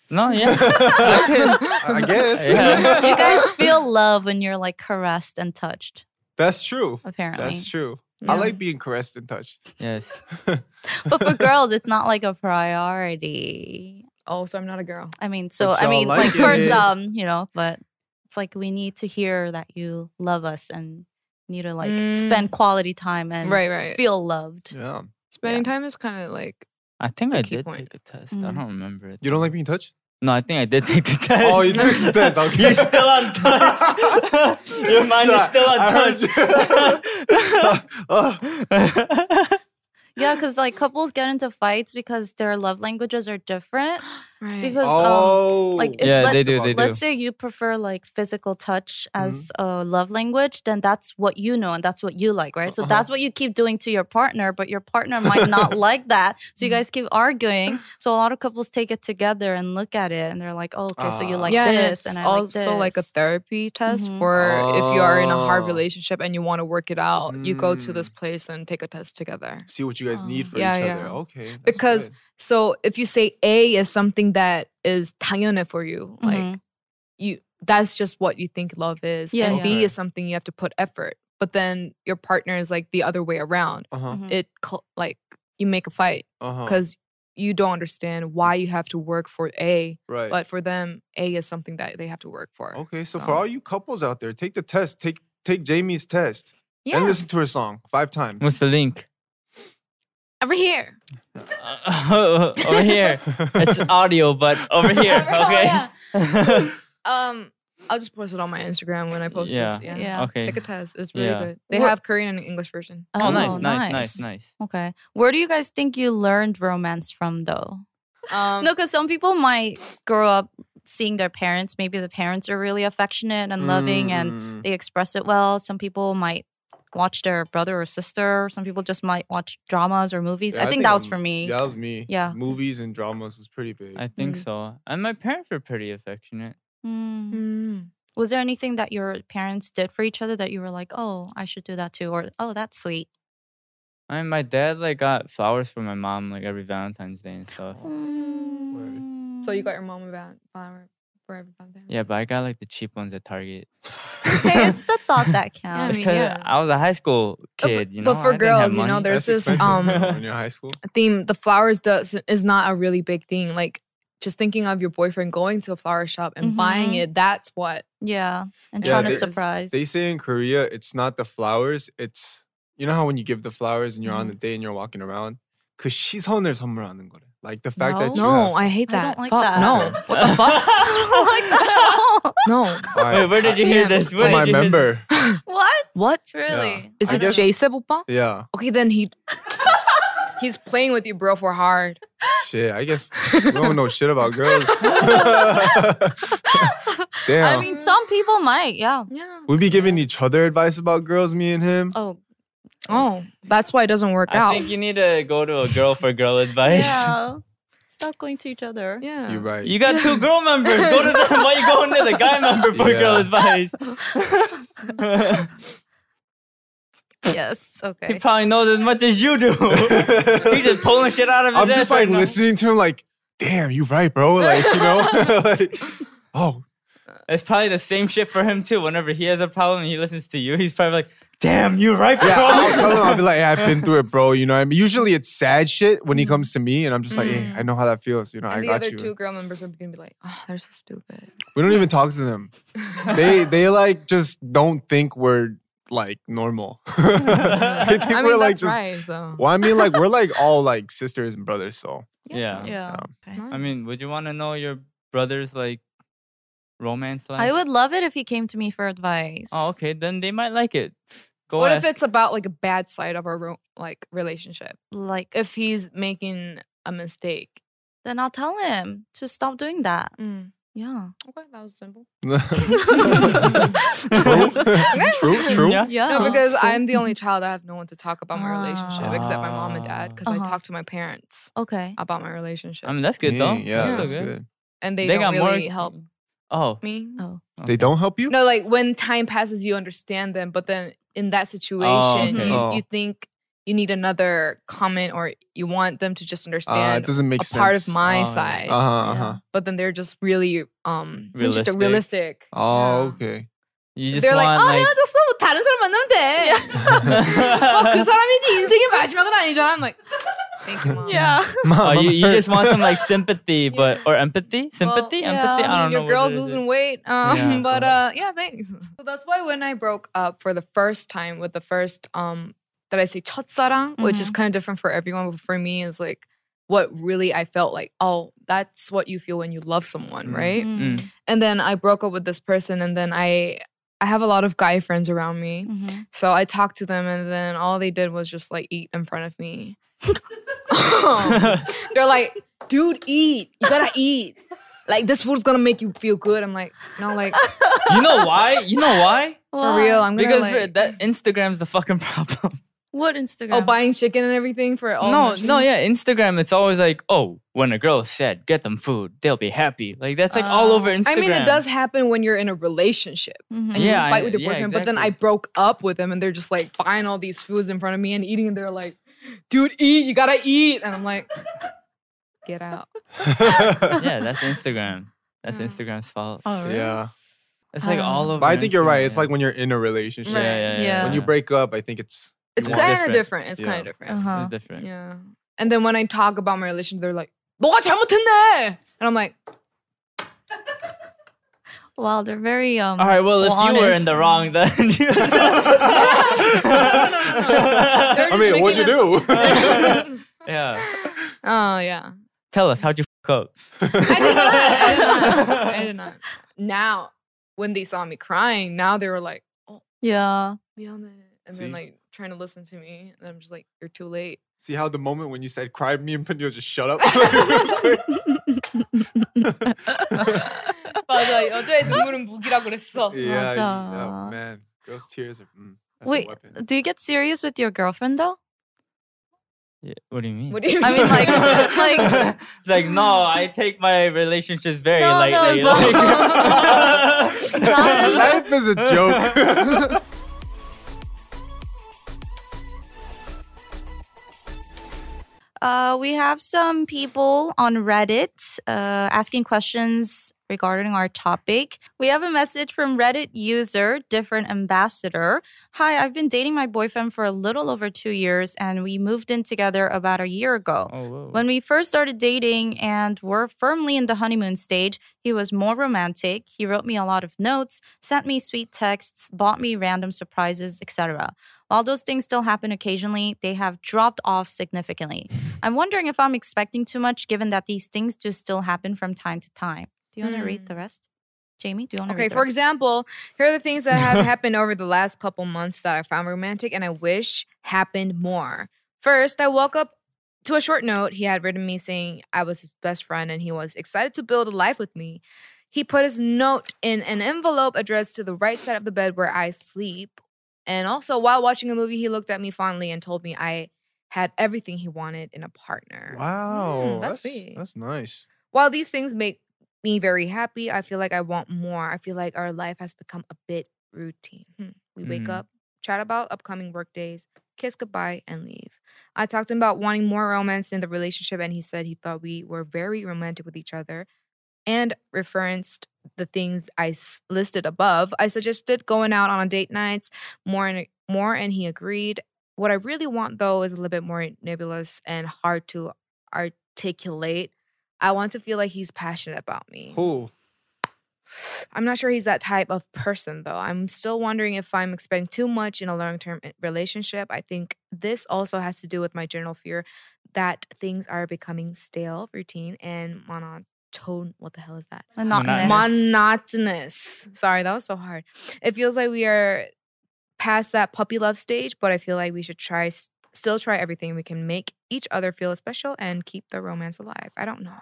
[SPEAKER 4] No, yeah. Okay.
[SPEAKER 3] I guess.
[SPEAKER 4] Yeah.
[SPEAKER 6] You guys feel love when you're like caressed and touched,
[SPEAKER 3] That's true.
[SPEAKER 6] apparently.
[SPEAKER 3] That's true. I
[SPEAKER 6] Yeah.
[SPEAKER 3] like being caressed and touched.
[SPEAKER 4] Yes.
[SPEAKER 6] but for girls, it's not like a priority.
[SPEAKER 5] Oh, so I'm not a girl.
[SPEAKER 6] I mean, so
[SPEAKER 3] But
[SPEAKER 6] I
[SPEAKER 3] y'all
[SPEAKER 6] mean,
[SPEAKER 3] like
[SPEAKER 6] like, for
[SPEAKER 3] it.
[SPEAKER 6] some, you know, but it's like we need to hear that you love us and need to like
[SPEAKER 5] Mm.
[SPEAKER 6] spend quality time and
[SPEAKER 5] right, right.
[SPEAKER 6] feel loved.
[SPEAKER 3] Yeah.
[SPEAKER 5] Spending time is kind of like
[SPEAKER 4] I think
[SPEAKER 5] The
[SPEAKER 4] I
[SPEAKER 5] key
[SPEAKER 4] did
[SPEAKER 5] point.
[SPEAKER 4] take a test. I
[SPEAKER 6] Mm.
[SPEAKER 4] don't remember it.
[SPEAKER 3] You don't like being touched?
[SPEAKER 4] No, I think I did take the test.
[SPEAKER 3] Oh, you took the test. Okay.
[SPEAKER 4] You're still on touch. Your mind is still on
[SPEAKER 3] I heard
[SPEAKER 4] touch.
[SPEAKER 3] Oh,
[SPEAKER 6] Yeah, because like couples get into fights because their love languages are different. It's
[SPEAKER 5] Right.
[SPEAKER 6] because um,
[SPEAKER 3] oh.
[SPEAKER 6] like if
[SPEAKER 4] yeah,
[SPEAKER 6] let,
[SPEAKER 4] they do. They do. Mm-hmm.
[SPEAKER 6] let's say you prefer like physical touch as a love language, then that's what you know and that's what you like, right? So
[SPEAKER 4] Uh-huh.
[SPEAKER 6] that's what you keep doing to your partner, but your partner might not like that. So
[SPEAKER 4] Mm-hmm.
[SPEAKER 6] you guys keep arguing. So a lot of couples take it together and look at it and they're like, oh, okay, so you
[SPEAKER 3] Ah.
[SPEAKER 6] like
[SPEAKER 5] yeah, and
[SPEAKER 6] this
[SPEAKER 5] it's
[SPEAKER 6] and, I
[SPEAKER 5] also
[SPEAKER 6] like
[SPEAKER 5] like, a
[SPEAKER 6] this.
[SPEAKER 5] therapy test
[SPEAKER 6] Mhm.
[SPEAKER 5] for if you are in a hard
[SPEAKER 3] Oh.
[SPEAKER 5] relationship and you want to work it out, you go to this
[SPEAKER 3] Mm.
[SPEAKER 5] place and take a test together.
[SPEAKER 3] See what you guys need for
[SPEAKER 5] Oh. Yeah,
[SPEAKER 3] each
[SPEAKER 5] yeah.
[SPEAKER 3] other. Okay. that's
[SPEAKER 5] Because-
[SPEAKER 3] good.
[SPEAKER 5] So if you say A is something that is 당연해 for you, like
[SPEAKER 6] Mhm.
[SPEAKER 5] you, that's just what you think love is,
[SPEAKER 6] Yeah,
[SPEAKER 5] and
[SPEAKER 6] yeah.
[SPEAKER 5] B
[SPEAKER 3] Okay.
[SPEAKER 5] is something you have to put effort. But then your partner is like the other way around.
[SPEAKER 3] Uh-huh.
[SPEAKER 6] Mhm.
[SPEAKER 5] It cl- like you make a fight
[SPEAKER 3] Uh-huh.
[SPEAKER 4] Oh.
[SPEAKER 5] because you don't understand why you have to work for A,
[SPEAKER 3] right.
[SPEAKER 5] but for them, A is something that they have to work
[SPEAKER 4] Oh,
[SPEAKER 5] for.
[SPEAKER 3] okay, so,
[SPEAKER 5] so-
[SPEAKER 3] for all you couples out there, take the test. Take take Jamie's test.
[SPEAKER 5] Yeah,
[SPEAKER 3] And listen to her song five times.
[SPEAKER 4] What's the link?
[SPEAKER 5] over here.
[SPEAKER 4] over here. It's audio, but over here.
[SPEAKER 5] Oh,
[SPEAKER 4] Okay.
[SPEAKER 5] yeah. Um, I'll just post it on my Instagram when I post
[SPEAKER 4] Yeah.
[SPEAKER 5] this. Yeah.
[SPEAKER 6] Yeah.
[SPEAKER 4] okay.
[SPEAKER 5] Take a test. It's really
[SPEAKER 4] Yeah.
[SPEAKER 5] good. They
[SPEAKER 6] Wha-
[SPEAKER 5] have Korean and English version.
[SPEAKER 4] Oh, nice, nice, nice, nice.
[SPEAKER 6] Okay. Where do you guys think you learned romance from though?
[SPEAKER 5] Um,
[SPEAKER 6] No, because some people might grow up seeing their parents. Maybe the parents are really affectionate and loving and
[SPEAKER 3] Mm.
[SPEAKER 6] they express it well. Some people might watch their brother or sister. Some people just might watch dramas or movies.
[SPEAKER 3] Yeah,
[SPEAKER 6] I, think that was
[SPEAKER 3] I'm-
[SPEAKER 6] for me.
[SPEAKER 3] That was me.
[SPEAKER 6] Yeah.
[SPEAKER 3] Movies and dramas was pretty big.
[SPEAKER 4] I think
[SPEAKER 6] Mm.
[SPEAKER 4] so. And my parents were pretty affectionate.
[SPEAKER 6] Mm.
[SPEAKER 5] mm,
[SPEAKER 6] Was there anything that your parents did for each other that you were like, oh, I should do that too? Or, oh, that's sweet.
[SPEAKER 4] I mean, my dad like got flowers for my mom like every Valentine's Day and stuff.
[SPEAKER 5] Oh. so you got your mom about flower for every Valentine.
[SPEAKER 4] Yeah, but I got like the cheap ones at Target.
[SPEAKER 6] hey, it's the thought that
[SPEAKER 5] I
[SPEAKER 6] counts.
[SPEAKER 5] mean,
[SPEAKER 4] because
[SPEAKER 5] yeah.
[SPEAKER 4] I was a high school
[SPEAKER 5] but-
[SPEAKER 4] kid, you know.
[SPEAKER 5] but for
[SPEAKER 4] I didn't have
[SPEAKER 5] girls, you know,
[SPEAKER 4] money.
[SPEAKER 5] they're- there's
[SPEAKER 3] That's
[SPEAKER 5] this,
[SPEAKER 3] expensive,
[SPEAKER 5] um,
[SPEAKER 3] though, when you're in high school.
[SPEAKER 5] Theme the flowers does is not a really big thing. Like just thinking of your boyfriend going to a flower shop and buying
[SPEAKER 6] Mhm.
[SPEAKER 5] it. That's what.
[SPEAKER 6] yeah. And
[SPEAKER 3] Yeah,
[SPEAKER 6] trying
[SPEAKER 3] they-
[SPEAKER 6] to surprise.
[SPEAKER 3] They say in Korea, it's not the flowers. It's you know how when you give the flowers and you're on the
[SPEAKER 6] Mm-hmm.
[SPEAKER 3] day and you're walking around, 그 시선을 선물하는 거래. Like the fact that
[SPEAKER 6] No.
[SPEAKER 3] you
[SPEAKER 5] No,
[SPEAKER 3] have,
[SPEAKER 5] I hate
[SPEAKER 6] I
[SPEAKER 5] that.
[SPEAKER 6] don't like
[SPEAKER 5] Fuck,
[SPEAKER 6] that.
[SPEAKER 5] No, what the fuck?
[SPEAKER 6] I don't like that
[SPEAKER 5] No,
[SPEAKER 4] Wait, where did you hear
[SPEAKER 5] Yeah,
[SPEAKER 4] this?
[SPEAKER 5] but-
[SPEAKER 4] Where
[SPEAKER 3] from
[SPEAKER 4] did
[SPEAKER 3] my
[SPEAKER 4] you hear this?
[SPEAKER 3] member.
[SPEAKER 6] at all. what?
[SPEAKER 5] what
[SPEAKER 6] Really?
[SPEAKER 5] is
[SPEAKER 3] I
[SPEAKER 5] it?
[SPEAKER 3] guess-
[SPEAKER 5] Jay Sebulba?
[SPEAKER 3] Yeah,
[SPEAKER 5] Okay, then he. He's playing with you, bro, for hard.
[SPEAKER 3] shit. I guess we don't know shit about girls. Damn,
[SPEAKER 6] I mean, some people might, yeah.
[SPEAKER 5] Yeah.
[SPEAKER 3] we be giving each other advice about girls. Me and him.
[SPEAKER 6] Oh,
[SPEAKER 5] Oh, that's why it doesn't work
[SPEAKER 4] I
[SPEAKER 5] out.
[SPEAKER 4] think you need to go to a girl for girl advice.
[SPEAKER 6] yeah. Stop going to each other.
[SPEAKER 5] yeah.
[SPEAKER 3] You're right.
[SPEAKER 4] You got two girl members. Go to them. Why you going to the guy member for
[SPEAKER 3] Yeah.
[SPEAKER 4] girl advice?
[SPEAKER 6] Yes.
[SPEAKER 4] He
[SPEAKER 6] Okay.
[SPEAKER 4] probably knows as much as you do. He's just pulling shit out of his
[SPEAKER 3] I'm just
[SPEAKER 4] ass right
[SPEAKER 3] like
[SPEAKER 4] now.
[SPEAKER 3] listening to him. Like, damn, you right, bro. Like, you know, like, oh,
[SPEAKER 4] It's probably the same shit for him too. Whenever he has a problem and he listens to you, he's probably like, "Damn, you right, bro."
[SPEAKER 3] Yeah, I'll tell him. I'll be like, "Hey, I've been through it, bro. You know what I mean? Usually it's sad shit when he comes to me, and I'm just like, hey, I know how that feels. You know,
[SPEAKER 5] Mm-hmm. Mm. And
[SPEAKER 3] I
[SPEAKER 5] the
[SPEAKER 3] got
[SPEAKER 5] other
[SPEAKER 3] you.
[SPEAKER 5] two girl members are gonna be like, oh, they're so stupid.
[SPEAKER 3] We don't even talk to them. they they like just don't think we're like normal. they think
[SPEAKER 5] I mean,
[SPEAKER 3] we're like
[SPEAKER 5] that's
[SPEAKER 3] just.
[SPEAKER 5] right. So
[SPEAKER 3] Well, I mean, like we're like all like sisters and brothers. So
[SPEAKER 4] Yeah.
[SPEAKER 6] Yeah.
[SPEAKER 4] I mean, would you want to know your brother's like romance life?
[SPEAKER 6] I would love it if he came to me for advice.
[SPEAKER 4] Oh, okay. Then they might like it. Go
[SPEAKER 5] what
[SPEAKER 4] ask.
[SPEAKER 5] if it's about like a bad side of our ro- like relationship?
[SPEAKER 6] Like,
[SPEAKER 5] If he's making a mistake.
[SPEAKER 6] then I'll tell him to stop doing that. Yeah.
[SPEAKER 5] Okay, that was simple.
[SPEAKER 3] pro True, true.
[SPEAKER 4] Yeah.
[SPEAKER 6] Yeah.
[SPEAKER 5] No, because I'm the only child. I have no one to talk about my relationship except my mom and dad because
[SPEAKER 6] Uh-huh.
[SPEAKER 5] I talk to my parents
[SPEAKER 6] okay.
[SPEAKER 5] about my relationship,
[SPEAKER 4] I mean, that's good though.
[SPEAKER 3] Mm, Yeah,
[SPEAKER 4] That's still
[SPEAKER 3] that's
[SPEAKER 4] good.
[SPEAKER 3] good.
[SPEAKER 5] and they,
[SPEAKER 4] They
[SPEAKER 5] don't
[SPEAKER 4] got more-
[SPEAKER 5] really help
[SPEAKER 4] Oh,
[SPEAKER 5] me.
[SPEAKER 3] They don't help you?
[SPEAKER 5] No, like when time passes, you understand them, but then in that situation,
[SPEAKER 4] okay.
[SPEAKER 5] you,
[SPEAKER 3] Oh.
[SPEAKER 5] you think you need another comment or you want them to just
[SPEAKER 3] Uh, it
[SPEAKER 5] understand
[SPEAKER 3] doesn't make
[SPEAKER 5] a
[SPEAKER 3] sense.
[SPEAKER 5] part of my
[SPEAKER 4] Oh, yeah.
[SPEAKER 5] side.
[SPEAKER 3] Uh huh. Uh-huh.
[SPEAKER 5] But then they're just really um
[SPEAKER 4] Realistic.
[SPEAKER 5] realistic. realistic.
[SPEAKER 3] Oh,
[SPEAKER 5] Yeah.
[SPEAKER 3] okay.
[SPEAKER 4] you just
[SPEAKER 5] They're like, "Oh,
[SPEAKER 4] want
[SPEAKER 5] 아,
[SPEAKER 4] like,
[SPEAKER 5] 헤어졌어. 뭐 다른 사람 만나면 돼. 어, 그 사람이 네 인생의 마지막은 아니잖아. I'm like, thank you, mom.
[SPEAKER 6] Yeah.
[SPEAKER 4] oh, you, you just want some like sympathy, but or empathy, sympathy,
[SPEAKER 6] yeah.
[SPEAKER 4] empathy.
[SPEAKER 6] I
[SPEAKER 4] I
[SPEAKER 5] I
[SPEAKER 4] don't
[SPEAKER 5] mean, your
[SPEAKER 4] know.
[SPEAKER 5] girl's
[SPEAKER 4] what it is.
[SPEAKER 5] losing weight. Um,
[SPEAKER 4] Yeah,
[SPEAKER 5] but
[SPEAKER 4] cool.
[SPEAKER 5] uh, yeah, thanks. So that's why when I broke up for the first time with the first um that I say 첫사랑, which is kind of different for everyone, but for me is like what really I felt like. Oh, that's what you feel when you love someone,
[SPEAKER 4] Mm-hmm.
[SPEAKER 5] right?
[SPEAKER 6] Mm.
[SPEAKER 5] And then I broke up with this person, and then I I have a lot of guy friends around me,
[SPEAKER 6] Mhm.
[SPEAKER 5] so I talked to them, and then all they did was just like eat in front of me. They're like, dude, eat. You gotta eat. Like this food's gonna make you feel good. I'm like, no, like
[SPEAKER 4] you know why? You know why?
[SPEAKER 5] for real. I'm gonna
[SPEAKER 4] Because
[SPEAKER 5] like,
[SPEAKER 4] that Instagram's the fucking problem.
[SPEAKER 6] What Instagram?
[SPEAKER 5] oh, buying chicken and everything for all.
[SPEAKER 4] no, no, yeah. Instagram, it's always like, oh, when a girl said, get them food, they'll be happy. Like, that's like all
[SPEAKER 6] Oh.
[SPEAKER 4] over Instagram.
[SPEAKER 5] I mean, it does happen when you're in a relationship and
[SPEAKER 6] Mm-hmm.
[SPEAKER 4] Yeah, I-
[SPEAKER 5] you fight with your
[SPEAKER 4] yeah,
[SPEAKER 5] boyfriend. But then I
[SPEAKER 4] exactly.
[SPEAKER 5] broke up with them, and they're just like buying all these foods in front of me and eating, and they're like, "Dude, eat! You gotta eat!" And I'm like, "Get out!"
[SPEAKER 4] Yeah, that's Instagram. That's Instagram's fault.
[SPEAKER 5] Oh,
[SPEAKER 3] yeah.
[SPEAKER 4] It's like all over.
[SPEAKER 3] But I think you're right. It's
[SPEAKER 4] Instagram.
[SPEAKER 3] like when you're in a relationship.
[SPEAKER 4] yeah, yeah, yeah.
[SPEAKER 6] Yeah.
[SPEAKER 3] When you break up, I think it's
[SPEAKER 5] It's
[SPEAKER 3] Yeah.
[SPEAKER 5] kind
[SPEAKER 4] Different.
[SPEAKER 5] of different. It's
[SPEAKER 3] Yeah.
[SPEAKER 5] kind of different.
[SPEAKER 6] Uh-huh.
[SPEAKER 4] It's different.
[SPEAKER 5] Yeah. And then when I talk about my relationship, they're like, "너가 잘못했네," and I'm like,
[SPEAKER 6] Wow, they're very um.
[SPEAKER 4] All right. Well, if
[SPEAKER 6] Well,
[SPEAKER 4] you were in the
[SPEAKER 6] honest.
[SPEAKER 4] wrong, then
[SPEAKER 5] They're
[SPEAKER 3] I
[SPEAKER 5] just
[SPEAKER 3] mean, what'd you
[SPEAKER 5] making
[SPEAKER 3] do?
[SPEAKER 4] yeah.
[SPEAKER 5] "Oh yeah,
[SPEAKER 4] Tell us how'd you fuck up?
[SPEAKER 5] I did not. I did not. I did not." Now, when they saw me crying, now they were like,
[SPEAKER 6] Yeah.
[SPEAKER 5] "We on it," and then
[SPEAKER 3] See?
[SPEAKER 5] like trying to listen to me, and I'm just like, "You're too late."
[SPEAKER 3] See how the moment when you said cry me and Pinio just shut up.
[SPEAKER 5] 맞아, 여자의 눈물은 무기라 그랬어.
[SPEAKER 3] yeah, you-
[SPEAKER 6] Aw.
[SPEAKER 3] oh, man, girls' tears are. Mm, that's
[SPEAKER 6] Wait,
[SPEAKER 3] a weapon.
[SPEAKER 6] do you get serious with your girlfriend though?
[SPEAKER 4] Yeah, what do you mean?
[SPEAKER 5] What do you mean?
[SPEAKER 6] I mean, like, like.
[SPEAKER 4] It's like no, I take my relationships very
[SPEAKER 6] No, no,
[SPEAKER 4] lightly.
[SPEAKER 6] no.
[SPEAKER 4] like-
[SPEAKER 3] Life is a joke.
[SPEAKER 6] Uh, we have some people on Reddit uh, asking questions regarding our topic. We have a message from Reddit user, different ambassador. Hi, I've been dating my boyfriend for a little over two years, and we moved in together about a year ago.
[SPEAKER 4] oh, whoa.
[SPEAKER 6] When we first started dating and were firmly in the honeymoon stage, he was more romantic. He wrote me a lot of notes, sent me sweet texts, bought me random surprises, etc. While those things still happen occasionally, they have dropped off significantly. I'm wondering if I'm expecting too much given that these things do still happen from time to time. Do you want to read the rest? Jamie, do you want to
[SPEAKER 5] Okay,
[SPEAKER 6] read the
[SPEAKER 5] for
[SPEAKER 6] rest?
[SPEAKER 5] example, here are the things that have happened over the last couple months that I found romantic and I wish happened more. First, I woke up to a short note he had written me saying I was his best friend and he was excited to build a life with me. He put his note in an envelope addressed to the right side of the bed where I sleep. And also, while watching a movie, he looked at me fondly and told me I had everything he wanted in a partner.
[SPEAKER 3] wow,
[SPEAKER 5] Mm, that's
[SPEAKER 3] that's,
[SPEAKER 5] big.
[SPEAKER 3] that's nice.
[SPEAKER 5] While these things make me very happy, I feel like I want more. I feel like our life has become a bit routine. Hmm. We wake
[SPEAKER 4] Mhm.
[SPEAKER 5] up, chat about upcoming work days, kiss goodbye, and leave. I talked to him about wanting more romance in the relationship, and he said he thought we were very romantic with each other and referenced the things I s- listed above. I suggested going out on a date nights more and more, and he agreed. What I really want though is a little bit more nebulous and hard to articulate. I want to feel like he's passionate about me.
[SPEAKER 3] Cool.
[SPEAKER 5] I'm not sure he's that type of person though. I'm still wondering if I'm expecting too much in a long term relationship. I think this also has to do with my general fear that things are becoming stale, routine, and monotone. What the hell is that?
[SPEAKER 6] Monotonous.
[SPEAKER 5] Monotonous. Sorry, that was so hard. It feels like we are past that puppy love stage, but I feel like we should try, s- still try everything we can make each other feel special and keep the romance alive. I don't know.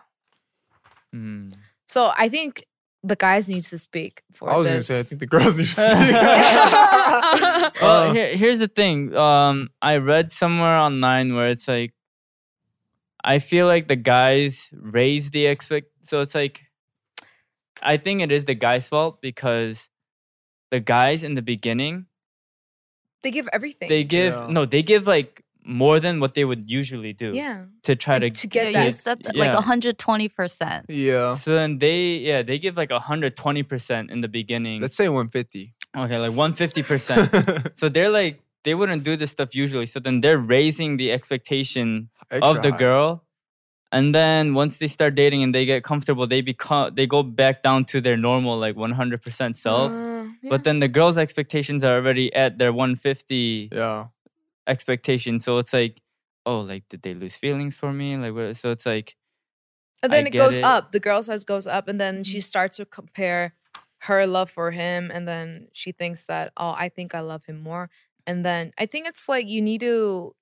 [SPEAKER 4] Mm.
[SPEAKER 5] So I think the guys need to speak for
[SPEAKER 3] I was
[SPEAKER 5] this.
[SPEAKER 3] gonna say I think the girls need to speak. Uh,
[SPEAKER 4] Well, here, here's the thing. Um, I read somewhere online where it's like, I feel like the guys raise the expect. So it's like, I think it is the guys' fault because the guys in the beginning
[SPEAKER 5] they give everything.
[SPEAKER 4] they give
[SPEAKER 3] Yeah.
[SPEAKER 4] no, they give like more than what they would usually do.
[SPEAKER 5] yeah.
[SPEAKER 4] To try to,
[SPEAKER 5] to
[SPEAKER 6] Yeah,
[SPEAKER 5] get that.
[SPEAKER 6] you said that, like
[SPEAKER 4] Yeah.
[SPEAKER 6] 120%.
[SPEAKER 3] yeah.
[SPEAKER 4] So then they yeah they give like hundred twenty percent in the beginning.
[SPEAKER 3] Let's say 150.
[SPEAKER 4] okay, like one fifty percent. So they're like they wouldn't do this stuff usually. So then they're raising the expectation of
[SPEAKER 3] Extra
[SPEAKER 4] the
[SPEAKER 3] high.
[SPEAKER 4] girl. And then once they start dating and they get comfortable, they become they go back down to their normal like 100% self.
[SPEAKER 5] Uh, yeah.
[SPEAKER 4] But then the girl's expectations are already at their 150
[SPEAKER 3] Yeah.
[SPEAKER 4] expectation. So it's like, oh, like did they lose feelings for me? Like what? so it's like
[SPEAKER 5] And then
[SPEAKER 4] I
[SPEAKER 5] it
[SPEAKER 4] get
[SPEAKER 5] goes
[SPEAKER 4] it.
[SPEAKER 5] up. The girl starts goes up, and then she starts to compare her love for him, and then she thinks that oh, I think I love him more. And then I think it's like you need to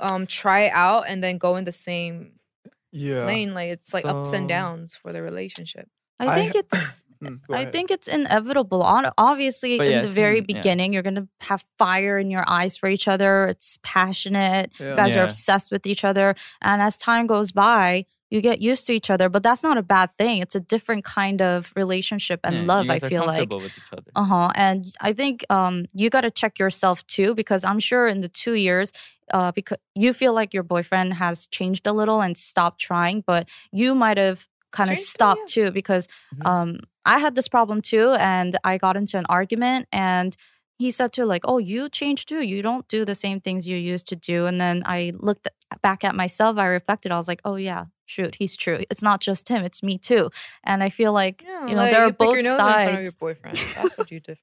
[SPEAKER 5] um try it out and then go in the same
[SPEAKER 3] Yeah.
[SPEAKER 5] lane. Like it's like ups and
[SPEAKER 4] So-
[SPEAKER 5] downs for the relationship.
[SPEAKER 6] I
[SPEAKER 3] I-
[SPEAKER 6] think it's
[SPEAKER 3] Mm, go
[SPEAKER 6] I
[SPEAKER 3] ahead.
[SPEAKER 6] think it's inevitable. On- Obviously,
[SPEAKER 4] But yeah,
[SPEAKER 6] in the
[SPEAKER 4] it's
[SPEAKER 6] very
[SPEAKER 4] in- yeah.
[SPEAKER 6] beginning, you're gonna have fire in your eyes for each other. It's passionate.
[SPEAKER 3] Yeah.
[SPEAKER 6] You guys are
[SPEAKER 4] Yeah.
[SPEAKER 6] obsessed with each other, and as time goes by, you get used to each other. But that's not a bad thing. It's a different kind of relationship and
[SPEAKER 4] yeah, you
[SPEAKER 6] love. I
[SPEAKER 4] guys are
[SPEAKER 6] feel like.
[SPEAKER 4] comfortable with each other.
[SPEAKER 5] Oh,
[SPEAKER 6] Uh huh. And I think um, you got to check yourself too, because I'm sure in the two years, uh, because you feel like your boyfriend has changed a little and stopped trying, but you might have kind of
[SPEAKER 5] Changed, Mm-hmm. oh,
[SPEAKER 6] stopped too, because
[SPEAKER 4] Mhm.
[SPEAKER 6] um, I had this problem too, and I got into an argument, and he said too, like, "Oh, you changed too. You don't do the same things you used to do." And then I looked back at myself. I reflected. I was like, "Oh yeah." Shoot, he's true. It's not just him; it's me too. And I feel like
[SPEAKER 5] Yeah,
[SPEAKER 6] you know there are
[SPEAKER 5] pick your
[SPEAKER 6] both
[SPEAKER 5] nose in front of
[SPEAKER 6] sides.
[SPEAKER 5] your boyfriend. That's what you do.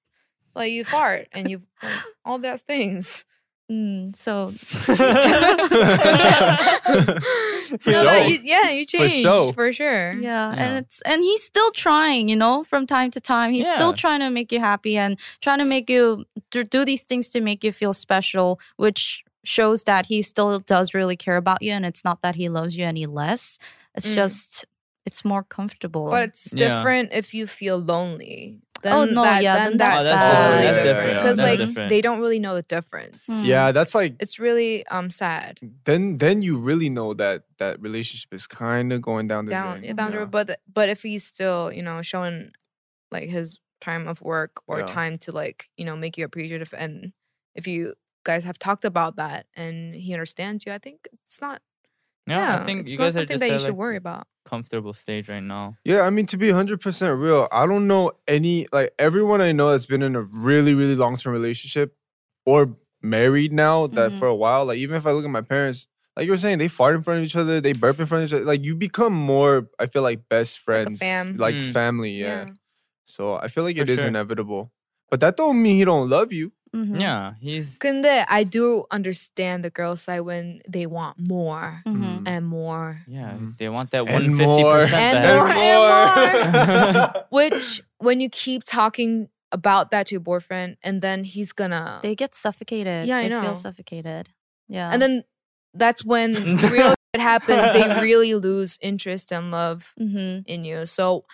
[SPEAKER 5] Like you fart and you like, all that things.
[SPEAKER 6] Mm, so
[SPEAKER 3] For
[SPEAKER 5] No, but
[SPEAKER 3] sure.
[SPEAKER 5] you- yeah, you
[SPEAKER 3] For
[SPEAKER 5] change
[SPEAKER 3] sure.
[SPEAKER 5] for sure.
[SPEAKER 6] yeah, and
[SPEAKER 4] Yeah.
[SPEAKER 6] it's and he's still trying, you know, from time to time. He's still
[SPEAKER 4] Yeah.
[SPEAKER 6] trying to make you happy and trying to make you do, do these things to make you feel special, which shows that he still does really care about you, and it's not that he loves you any less. It's
[SPEAKER 5] Mm.
[SPEAKER 6] just it's more comfortable.
[SPEAKER 5] But it's
[SPEAKER 4] Yeah.
[SPEAKER 5] different if you feel lonely. Then
[SPEAKER 6] Oh, no,
[SPEAKER 5] that,
[SPEAKER 6] yeah,
[SPEAKER 5] then
[SPEAKER 6] then
[SPEAKER 5] that's,
[SPEAKER 6] that's
[SPEAKER 4] Oh, that's
[SPEAKER 3] different.
[SPEAKER 5] totally
[SPEAKER 3] That's
[SPEAKER 5] different
[SPEAKER 3] different.
[SPEAKER 5] because
[SPEAKER 3] That's
[SPEAKER 5] like
[SPEAKER 4] different.
[SPEAKER 5] they don't really know the difference.
[SPEAKER 6] Mm.
[SPEAKER 3] yeah, that's like
[SPEAKER 5] It's really um sad
[SPEAKER 3] then then you really know that that relationship is kind of going down the
[SPEAKER 5] down
[SPEAKER 3] drain,
[SPEAKER 5] yeah, down
[SPEAKER 3] yeah.
[SPEAKER 5] the road, but but if he's still you know showing like his time of work or
[SPEAKER 3] Yeah.
[SPEAKER 5] time to like you know make you appreciative and if you guys have talked about that and he understands you, I think it's not.
[SPEAKER 4] Yeah, I think
[SPEAKER 5] it's
[SPEAKER 4] you
[SPEAKER 5] not
[SPEAKER 4] guys are
[SPEAKER 5] something
[SPEAKER 4] just
[SPEAKER 5] that
[SPEAKER 4] at,
[SPEAKER 5] you should
[SPEAKER 4] like,
[SPEAKER 5] worry about.
[SPEAKER 4] comfortable stage right now.
[SPEAKER 3] Yeah, I mean to be 100% real, I don't know any like everyone I know that's been in a really really long-term relationship or married now that
[SPEAKER 5] Mm-hmm.
[SPEAKER 6] Mhm.
[SPEAKER 3] for a while, like even if I look at my parents, like you were saying, they fart in front of each other, they burp in front of each other. Like you become more I feel like best
[SPEAKER 5] Like a
[SPEAKER 3] friends,
[SPEAKER 5] fam.
[SPEAKER 3] like
[SPEAKER 4] Mm.
[SPEAKER 3] family, yeah. So I feel like
[SPEAKER 4] For
[SPEAKER 3] it is
[SPEAKER 4] sure.
[SPEAKER 3] inevitable. But that don't mean he don't love you.
[SPEAKER 5] Mm-hmm.
[SPEAKER 6] Mhm.
[SPEAKER 4] Yeah, he's
[SPEAKER 5] 근데 I do understand the girl side when they want more
[SPEAKER 6] Mhm.
[SPEAKER 4] Mm.
[SPEAKER 5] and more
[SPEAKER 4] yeah,
[SPEAKER 3] Mhm.
[SPEAKER 4] they want that
[SPEAKER 3] And
[SPEAKER 4] 150%
[SPEAKER 3] more.
[SPEAKER 5] And
[SPEAKER 4] that-
[SPEAKER 5] more.
[SPEAKER 3] And more.
[SPEAKER 5] Which, when you keep talking about that to your boyfriend, and then he's gonna,
[SPEAKER 6] They get suffocated.
[SPEAKER 5] Yeah, I
[SPEAKER 6] they
[SPEAKER 5] know.
[SPEAKER 6] feel suffocated. Yeah.
[SPEAKER 5] and then that's when real shit happens. They really lose interest and love
[SPEAKER 6] Mhm.
[SPEAKER 5] in you. So,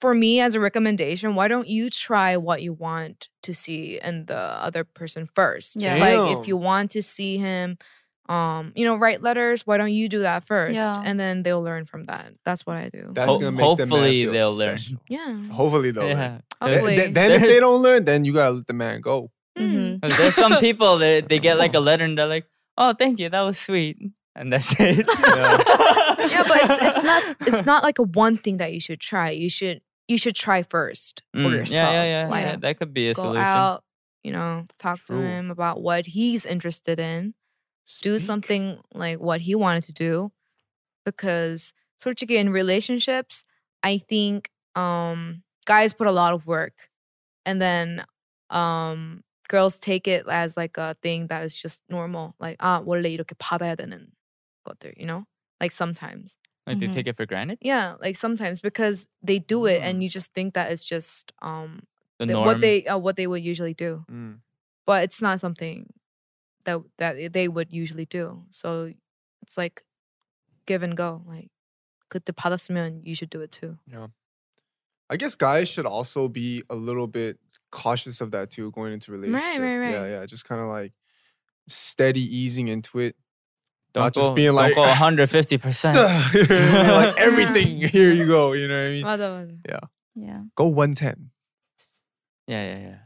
[SPEAKER 5] for me, as a recommendation, why don't you try what you want to see in the other person first?
[SPEAKER 6] Yeah.
[SPEAKER 5] Like, if
[SPEAKER 3] Damn.
[SPEAKER 5] you want to see him, um, you know, write letters. Why don't you do that first,
[SPEAKER 6] Yeah.
[SPEAKER 5] and then they'll learn from that. That's what I do. Oh.
[SPEAKER 3] That's
[SPEAKER 4] Ho-
[SPEAKER 3] gonna make the man
[SPEAKER 4] hopefully
[SPEAKER 3] feel
[SPEAKER 4] they'll learn.
[SPEAKER 3] special.
[SPEAKER 5] yeah.
[SPEAKER 3] Hopefully they'll learn.
[SPEAKER 4] yeah.
[SPEAKER 3] Th-
[SPEAKER 5] Hopefully.
[SPEAKER 3] th- then if they don't learn, then you gotta let the man go.
[SPEAKER 5] Mm.
[SPEAKER 6] Mhm.
[SPEAKER 4] Because There's some people that they get like
[SPEAKER 3] Mm-hmm.
[SPEAKER 4] a letter and they're like, "Oh, thank you, that was sweet," and that's it.
[SPEAKER 5] yeah, but it's, it's not it's not like a one thing that you should try. You should you should try first for
[SPEAKER 4] Mm,
[SPEAKER 5] yourself.
[SPEAKER 4] Yeah, yeah, yeah,
[SPEAKER 5] Like
[SPEAKER 4] yeah. That could be a
[SPEAKER 5] go
[SPEAKER 4] solution.
[SPEAKER 5] out, you know, talk
[SPEAKER 3] True.
[SPEAKER 5] to him about what he's interested in. Do
[SPEAKER 3] Speak.
[SPEAKER 5] something like what he wanted to do, because 솔직히 in relationships, I think um guys put a lot of work, and then um girls take it as like a thing that is just normal. Like ah 원래 이렇게 받아야 되는 것들, you know, like sometimes.
[SPEAKER 4] Like
[SPEAKER 5] mm-hmm.
[SPEAKER 4] they
[SPEAKER 6] Mhm.
[SPEAKER 4] take it for granted.
[SPEAKER 5] Yeah, like sometimes because they do it and you just think that it's just um
[SPEAKER 4] The
[SPEAKER 5] th-
[SPEAKER 4] norm.
[SPEAKER 5] what they uh, what they would usually do,
[SPEAKER 3] Mm.
[SPEAKER 5] but it's not something that that i- they would usually do. So it's like give and go. Like 그때 받았으면 you should do it too.
[SPEAKER 3] I guess guys should also be a little bit cautious of that too, going into relationship.
[SPEAKER 5] right, right.
[SPEAKER 3] Yeah, yeah. Just kind of like steady easing into it.
[SPEAKER 4] Don't
[SPEAKER 3] Not
[SPEAKER 4] go,
[SPEAKER 3] just being like,
[SPEAKER 4] don't go 150 percent.
[SPEAKER 3] like everything. Here you go. You know what I mean?
[SPEAKER 5] 맞아, 맞아.
[SPEAKER 6] Yeah.
[SPEAKER 3] Go 110
[SPEAKER 4] Yeah, yeah, yeah.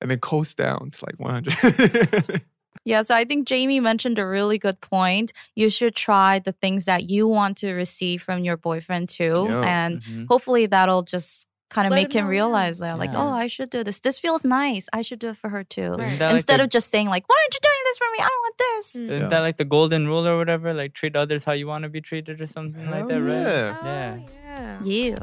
[SPEAKER 3] and then coast down to like 100.
[SPEAKER 6] Yeah, so I think Jamie mentioned a really good point. You should try the things that you want to receive from your boyfriend too.
[SPEAKER 3] Yeah.
[SPEAKER 6] And
[SPEAKER 4] Mhm.
[SPEAKER 6] hopefully that'll just kind of
[SPEAKER 5] Let
[SPEAKER 6] make
[SPEAKER 5] him
[SPEAKER 6] him
[SPEAKER 5] know, yeah.
[SPEAKER 6] realize that, like,
[SPEAKER 4] Yeah.
[SPEAKER 6] oh, I should do this. This feels nice. I should do it for her too.
[SPEAKER 4] Isn't
[SPEAKER 5] Right.
[SPEAKER 4] that like
[SPEAKER 6] Instead
[SPEAKER 4] the-
[SPEAKER 6] of just saying, like, why aren't you doing this for me? I want this.
[SPEAKER 5] Mm.
[SPEAKER 4] Isn't
[SPEAKER 3] Yeah.
[SPEAKER 4] that like the golden rule or whatever? Like treat others how you want to be treated or something like that,
[SPEAKER 3] Hell
[SPEAKER 4] right?
[SPEAKER 3] yeah.
[SPEAKER 4] Yeah.
[SPEAKER 5] Oh, yeah.
[SPEAKER 6] You.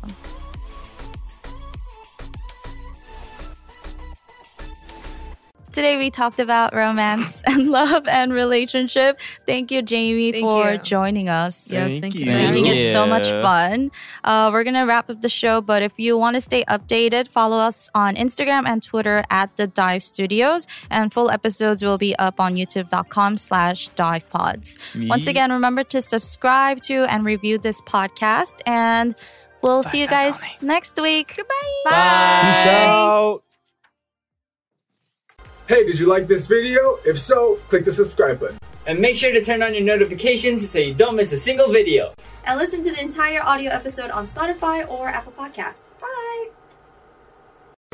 [SPEAKER 6] Today we talked about romance and love and relationship. Thank you, Jamie,
[SPEAKER 5] Thank
[SPEAKER 6] for
[SPEAKER 5] you.
[SPEAKER 6] joining us.
[SPEAKER 5] Yes, thank you.
[SPEAKER 3] you.
[SPEAKER 5] for
[SPEAKER 3] Thank
[SPEAKER 5] having
[SPEAKER 6] making
[SPEAKER 5] me.
[SPEAKER 6] it so much
[SPEAKER 4] Yeah.
[SPEAKER 6] fun. Uh, we're gonna wrap up the show, but if you want to stay updated, follow us on Instagram and Twitter at the Dive Studios, and full episodes will be up on YouTube.com/slash Dive Pods. Once
[SPEAKER 4] Me?
[SPEAKER 6] again, remember to subscribe to and review this podcast, and we'll see you guys next week. Goodbye.
[SPEAKER 3] Peace out. Hey, did you like this video? If so, click the subscribe button.
[SPEAKER 4] And make sure to turn on your notifications so you don't miss a single video.
[SPEAKER 2] And listen to the entire audio episode on Spotify or Apple Podcasts. Bye.